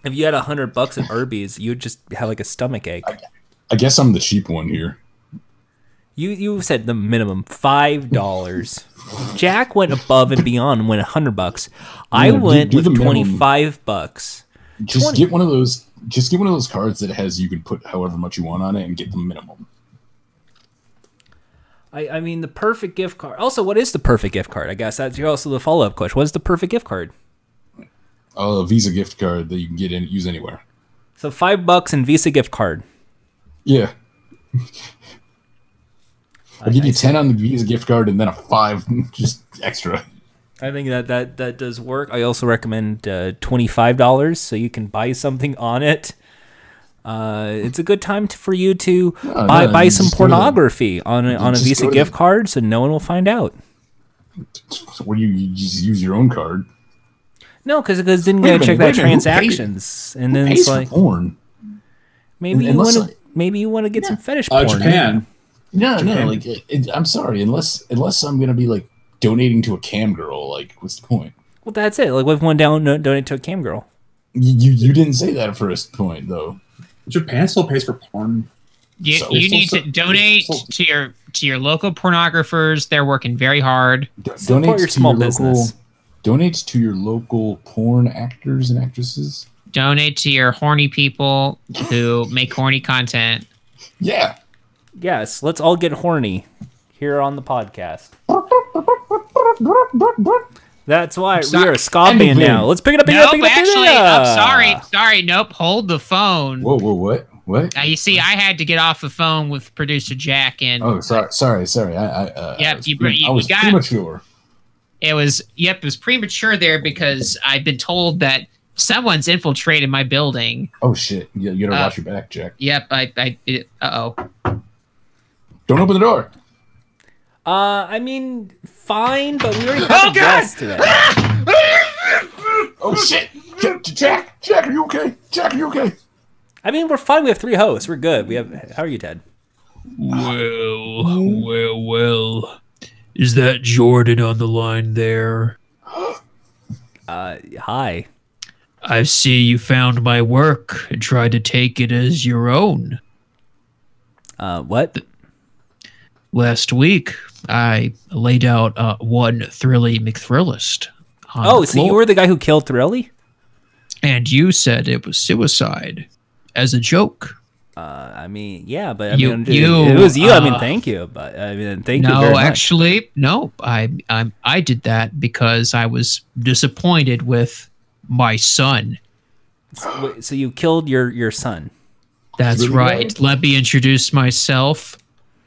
S2: if you had a hundred bucks at Arby's, you'd just have like a stomach ache.
S1: I guess I'm the cheap one here.
S2: You you said the minimum five dollars. Jack went above and beyond and went a hundred bucks. I
S1: Yeah, do-
S2: went
S1: do the
S2: with
S1: minimum.
S2: twenty five bucks.
S1: Just
S2: 20.
S1: get one of those. Just get one of those cards that has you can put however much you want on it and get the minimum.
S2: I, I mean the perfect gift card. Also, what is the perfect gift card? I guess that's also the follow up question. What is the perfect gift card?
S1: A Visa gift card that you can get in use anywhere.
S2: So five bucks and Visa gift card.
S1: Yeah, I'll give
S2: I,
S1: you ten on the Visa gift card and then a five just extra.
S2: I think that, that that does work. I also recommend uh, twenty five dollars so you can buy something on it. Uh, it's a good time to, for you to
S1: Yeah,
S2: buy
S1: Oh, yeah,
S2: buy
S1: you
S2: some
S1: just go to the-
S2: pornography on a, on a
S1: just
S2: Visa
S1: go to
S2: gift
S1: the-
S2: card, so no one will find out.
S1: So what do you, you just use your own card?
S2: No, because it goes, didn't
S1: Wait a
S2: go check
S1: minute,
S2: that
S1: wait a minute, who paid-
S2: transactions, and then
S1: Pays
S2: it's
S1: for
S2: like
S1: porn.
S2: maybe you
S1: unless
S2: want to
S1: I- Oh,
S2: maybe you want to get some fetish
S4: Uh,
S2: porn.
S4: Japan.
S1: No, no, like it, it- I'm sorry, unless unless I'm gonna be like donating to a cam girl, like what's the point?
S2: Well, that's it. Like, what if one down no, donate to a cam girl?
S1: You you, you didn't say that at first point though.
S4: Japan still pays for porn.
S3: You,
S1: So-
S3: you
S1: so-
S3: need
S1: so-
S3: to donate
S1: so-
S3: to your to your local pornographers. They're working very hard.
S1: Do-
S2: Support your small business.
S1: local. Donate to your local porn actors and actresses.
S7: donate to your horny people who make horny content.
S1: Yeah.
S2: Yes, let's all get horny here on the podcast. That's why we
S7: sorry.
S2: are a ska band now. Let's pick it up. Pick it up,
S7: Nope,
S2: pick it up, pick it
S7: actually,
S2: up.
S7: I'm sorry, sorry, nope. Hold the phone.
S1: Whoa, whoa, what? What?
S7: Now you see, I had to get off the phone with producer Jack, and
S3: Mm-hmm.
S1: Oh, sorry, sorry, sorry. I, I, uh,
S7: Yep,
S1: I was,
S7: you-
S1: pre-
S7: you-
S1: I was
S7: you got-
S1: premature.
S7: it was yep, it was premature there because I've been told that someone's infiltrated my building.
S1: Oh shit! You, you gotta
S7: Uh,
S1: watch your back, Jack.
S7: Yep, I, I, uh oh.
S1: Don't open the door.
S2: Uh, I mean, fine, but we already had a guest today.
S1: Oh shit! J- J- Jack, Jack, are you okay? Jack, are you okay?
S2: I mean, we're fine. We have three hosts. We're good. We have. How are you, Ted?
S3: Well, well, well. Is that Jordan on the line there?
S2: Uh, hi.
S3: I see you found my work and tried to take it as your own.
S2: Uh, what?
S3: Last week, I laid out uh, one Thrilly McThrillist. on
S2: Oh,
S3: the
S2: so you
S3: floor.
S2: were the guy who killed Thrilly?
S3: and you said it was suicide as a joke.
S2: Uh, I mean, yeah, but I
S3: You-
S2: mean,
S3: you,
S2: it was you. I mean,
S3: uh,
S2: thank you, but I mean, thank you. very
S3: No,
S2: much.
S3: actually, no. I I I did that because I was disappointed with my son.
S2: So, wait, so you killed your your son.
S3: That's
S1: Really,
S3: right.
S1: Lloyd?
S3: Let me introduce myself.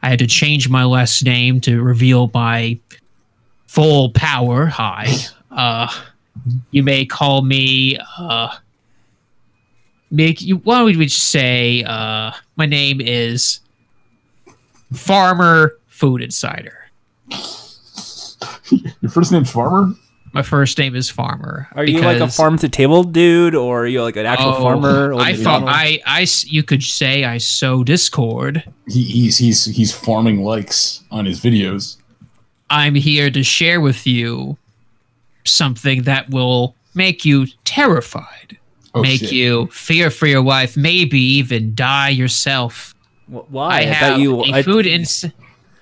S3: I had to change my last name to reveal my full power. Hi. Uh, you may call me. Uh, make you. Why would we just say uh, my name is Farmer Food Insider.
S1: Your first name's Farmer.
S3: My first name is Farmer.
S2: Are you like a
S3: because-
S2: farm to table dude, or are you like an actual
S3: Oh,
S2: farmer? Old
S3: I thought
S2: McDonald?
S3: I, I s- you could say I sow discord.
S1: He, he's he's he's farming likes on his videos.
S3: I'm here to share with you something that will make you terrified,
S1: Oh
S3: make
S1: shit.
S3: you fear for your life, maybe even die yourself.
S2: Wh- Why?
S3: I
S2: thought
S3: have
S2: you-
S3: a
S2: Oh, I-
S3: food ins-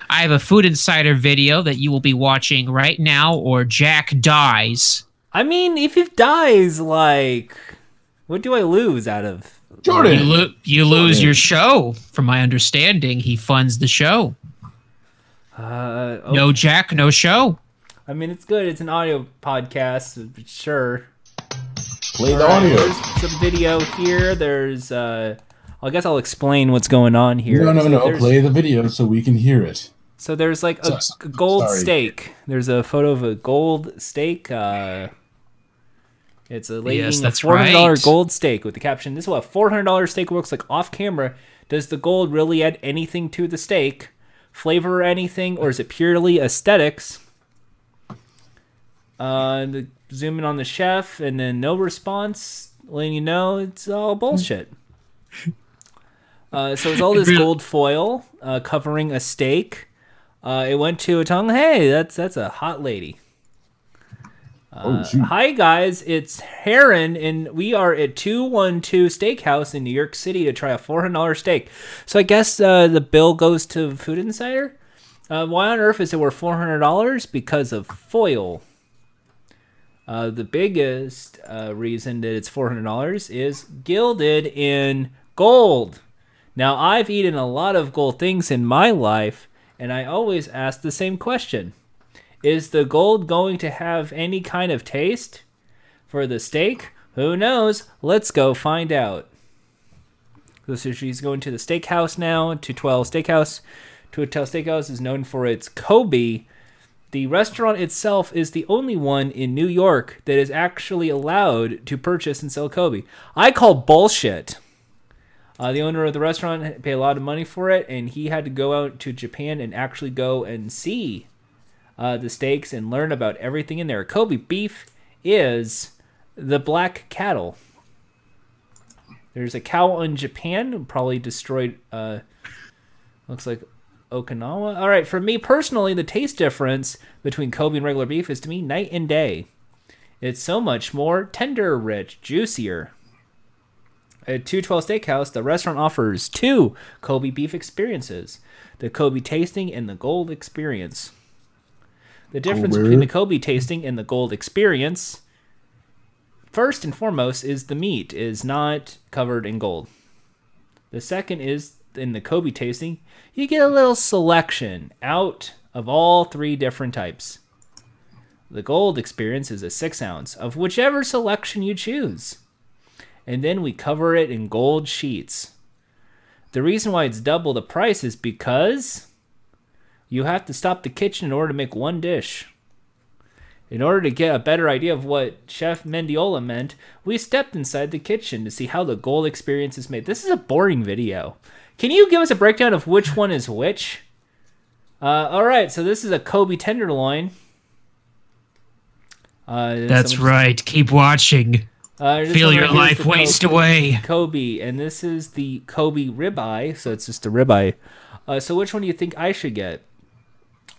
S3: I have a food insider video that you will be watching right now, or Jack dies.
S2: I mean, if it dies, like, what do I lose out of?
S3: You,
S1: Jordan.
S3: lo- you lose
S1: Jordan.
S3: your show. From my understanding, he funds the show.
S2: Uh, oh,
S3: No Jack, no show.
S2: I mean, it's good. It's an audio podcast, but sure.
S1: Play the audio.
S2: Some video here. There's. uh I guess I'll explain what's going on here.
S1: No, no,
S2: So
S1: no.
S2: there's-
S1: Play the video so we can hear it.
S2: So there's like a,
S1: So-
S2: a gold
S1: sorry.
S2: stake. There's a photo of a gold stake. Uh, it's a lady
S3: Yes,
S2: eating a
S3: that's
S2: four hundred dollar
S3: right.
S2: gold steak with the caption: "This is what four hundred dollar steak looks like off camera. Does the gold really add anything to the steak, flavor or anything, or is it purely aesthetics?" Uh, and the, zoom in on the chef, and then no response, letting you know it's all bullshit. Uh, so it's all this gold foil uh, covering a steak. Uh, it went to a tongue. Hey, that's that's a hot lady. Uh,
S1: oh shoot.
S2: Hi guys, it's Heron, and we are at two one two Steakhouse in New York City to try a four hundred dollar steak. So I guess uh, the bill goes to Food Insider. Uh, why on earth is it worth four hundred dollars? Because of foil. Uh, the biggest uh, reason that it's four hundred dollars is gilded in gold. Now I've eaten a lot of gold things in my life, and I always ask the same question. Is the gold going to have any kind of taste for the steak? Who knows? Let's go find out. So she's going to the steakhouse now, to 12 Steakhouse. To Hotel Steakhouse is known for its Kobe. The restaurant itself is the only one in New York that is actually allowed to purchase and sell Kobe. I call bullshit. Uh, the owner of the restaurant paid a lot of money for it, and he had to go out to Japan and actually go and see uh, the steaks and learn about everything in there. Kobe beef is the black cattle. There's a cow in Japan who probably destroyed. Uh, looks like Okinawa. All right, for me personally, the taste difference between Kobe and regular beef is to me night and day. It's so much more tender, rich, juicier. At 212 Steakhouse, the restaurant offers two Kobe beef experiences the Kobe tasting and the gold experience. The difference
S1: where?
S2: between the Kobe tasting and the gold experience first and foremost is the meat is not covered in gold. The second is in the Kobe tasting, you get a little selection out of all three different types. The gold experience is a six ounce of whichever selection you choose. And then we cover it in gold sheets. The reason why it's double the price is because you have to stop the kitchen in order to make one dish. In order to get a better idea of what Chef Mendiola meant, we stepped inside the kitchen to see how the gold experience is made. This is a boring video. Can you give us a breakdown of which one is which? Uh, all right, so this is a Kobe tenderloin. Uh,
S3: That's
S2: someone-
S3: right. Keep watching.
S2: uh, this
S3: Feel
S2: one
S3: your
S2: right here is
S3: life
S2: the
S3: waste
S2: Kobe.
S3: away.
S2: Kobe, and this is the Kobe ribeye, so it's just a ribeye. Uh, so which one do you think I should get?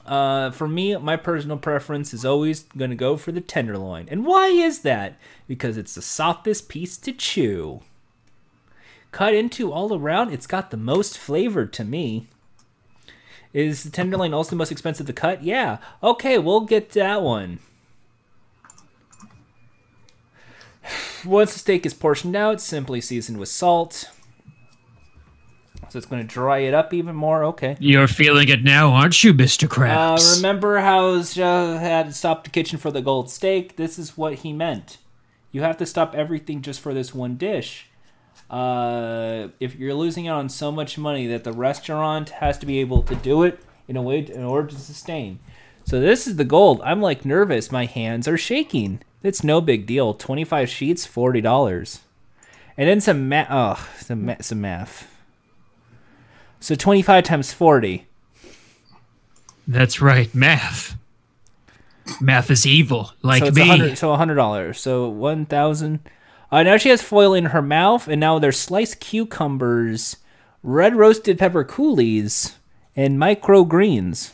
S2: Uh, for me, my personal preference is always going to go for the tenderloin, and why is that? Because it's the softest piece to chew. Cut into all around, it's got the most flavor to me. Is the tenderloin also the most expensive to cut? Yeah. Okay, we'll get that one. Once the steak is portioned out, simply seasoned with salt. So it's going to dry it up even more. Okay.
S3: You're feeling it now, aren't you, Mr.
S2: Uh,
S3: Krabs?
S2: remember how Joe had stopped the kitchen for the gold steak? This is what he meant. You have to stop everything just for this one dish. Uh, if you're losing out on so much money that the restaurant has to be able to do it in a way in order to sustain. So this is the gold. I'm like nervous. My hands are shaking. It's no big deal. 25 sheets, forty dollars, and then some math. Oh, some ma- some math. So 25 times 40.
S3: That's right, math. Math is evil, like
S2: so it's a
S3: me.
S2: hundred. So a hundred dollars. So one thousand. Uh, now she has foil in her mouth, and now there's sliced cucumbers, red roasted pepper coolies, and microgreens.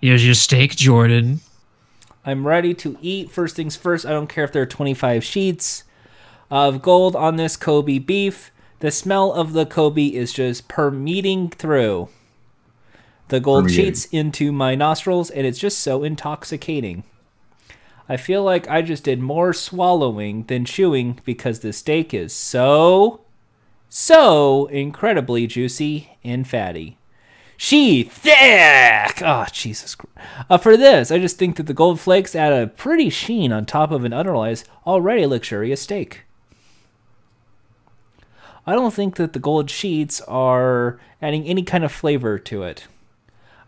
S3: Here's your steak, Jordan.
S2: I'm ready to eat. First things first. I don't care if there are 25 sheets of gold on this Kobe beef. The smell of the Kobe is just permeating through the gold
S1: Permeating.
S2: sheets into my nostrils, and it's just so intoxicating. I feel like I just did more swallowing than chewing because the steak is so, so incredibly juicy and fatty. She thick. Oh Jesus! Christ. Uh, for this, I just think that the gold flakes add a pretty sheen on top of an otherwise already luxurious steak. I don't think that the gold sheets are adding any kind of flavor to it.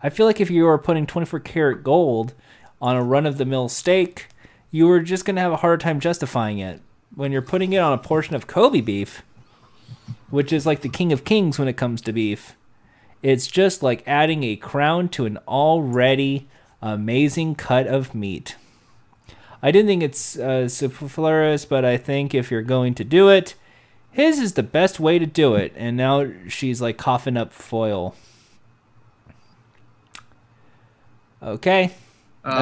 S2: I feel like if you were putting 24 karat gold on a run of the mill steak, you were just going to have a hard time justifying it. When you're putting it on a portion of Kobe beef, which is like the king of kings when it comes to beef, it's just like adding a crown to an already amazing cut of meat. I didn't think it's uh, superfluous, but I think if you're going to do it, his is the best way to do it. And now she's like coughing up foil. Okay. Uh,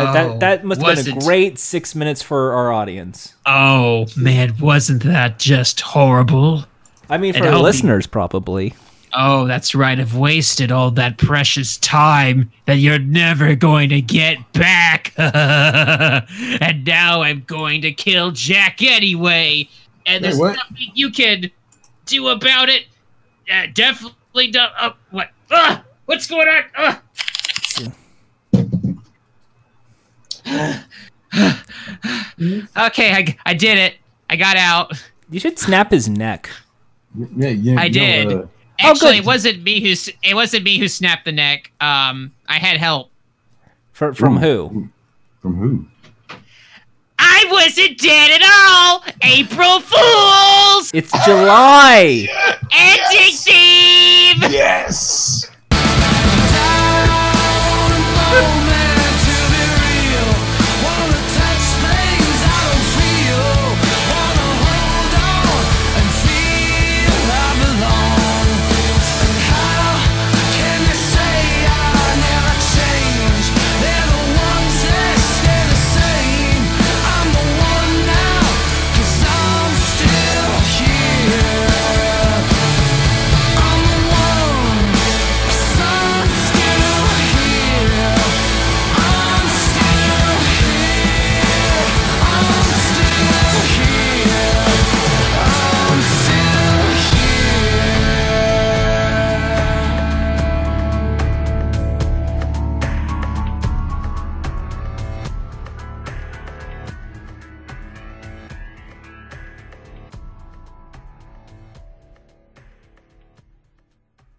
S3: Oh,
S2: that, that must have been a
S3: wasn't-
S2: great six minutes for our audience.
S3: Oh man, wasn't that just horrible?
S2: I mean,
S3: And
S2: for our
S3: I'll be-
S2: listeners, probably.
S3: Oh, that's right. I've wasted all that precious time that you're never going to get back. and now I'm going to kill Jack anyway. And
S1: Wait,
S3: there's
S1: what?
S3: nothing you can do about it. Uh, definitely do Uh, what? Uh, what's going on? Uh, okay, I, I did it. I got out.
S2: You should snap his neck.
S1: Yeah, yeah.
S3: I
S1: you
S3: did.
S1: Know, uh,
S2: Oh,
S3: Actually,
S2: good.
S3: it wasn't me who s- it wasn't me who snapped the neck. Um, I had help.
S2: For, from
S1: Ooh.
S2: who?
S1: from who?
S3: I wasn't dead at all. April Fools
S2: It's July.
S3: ending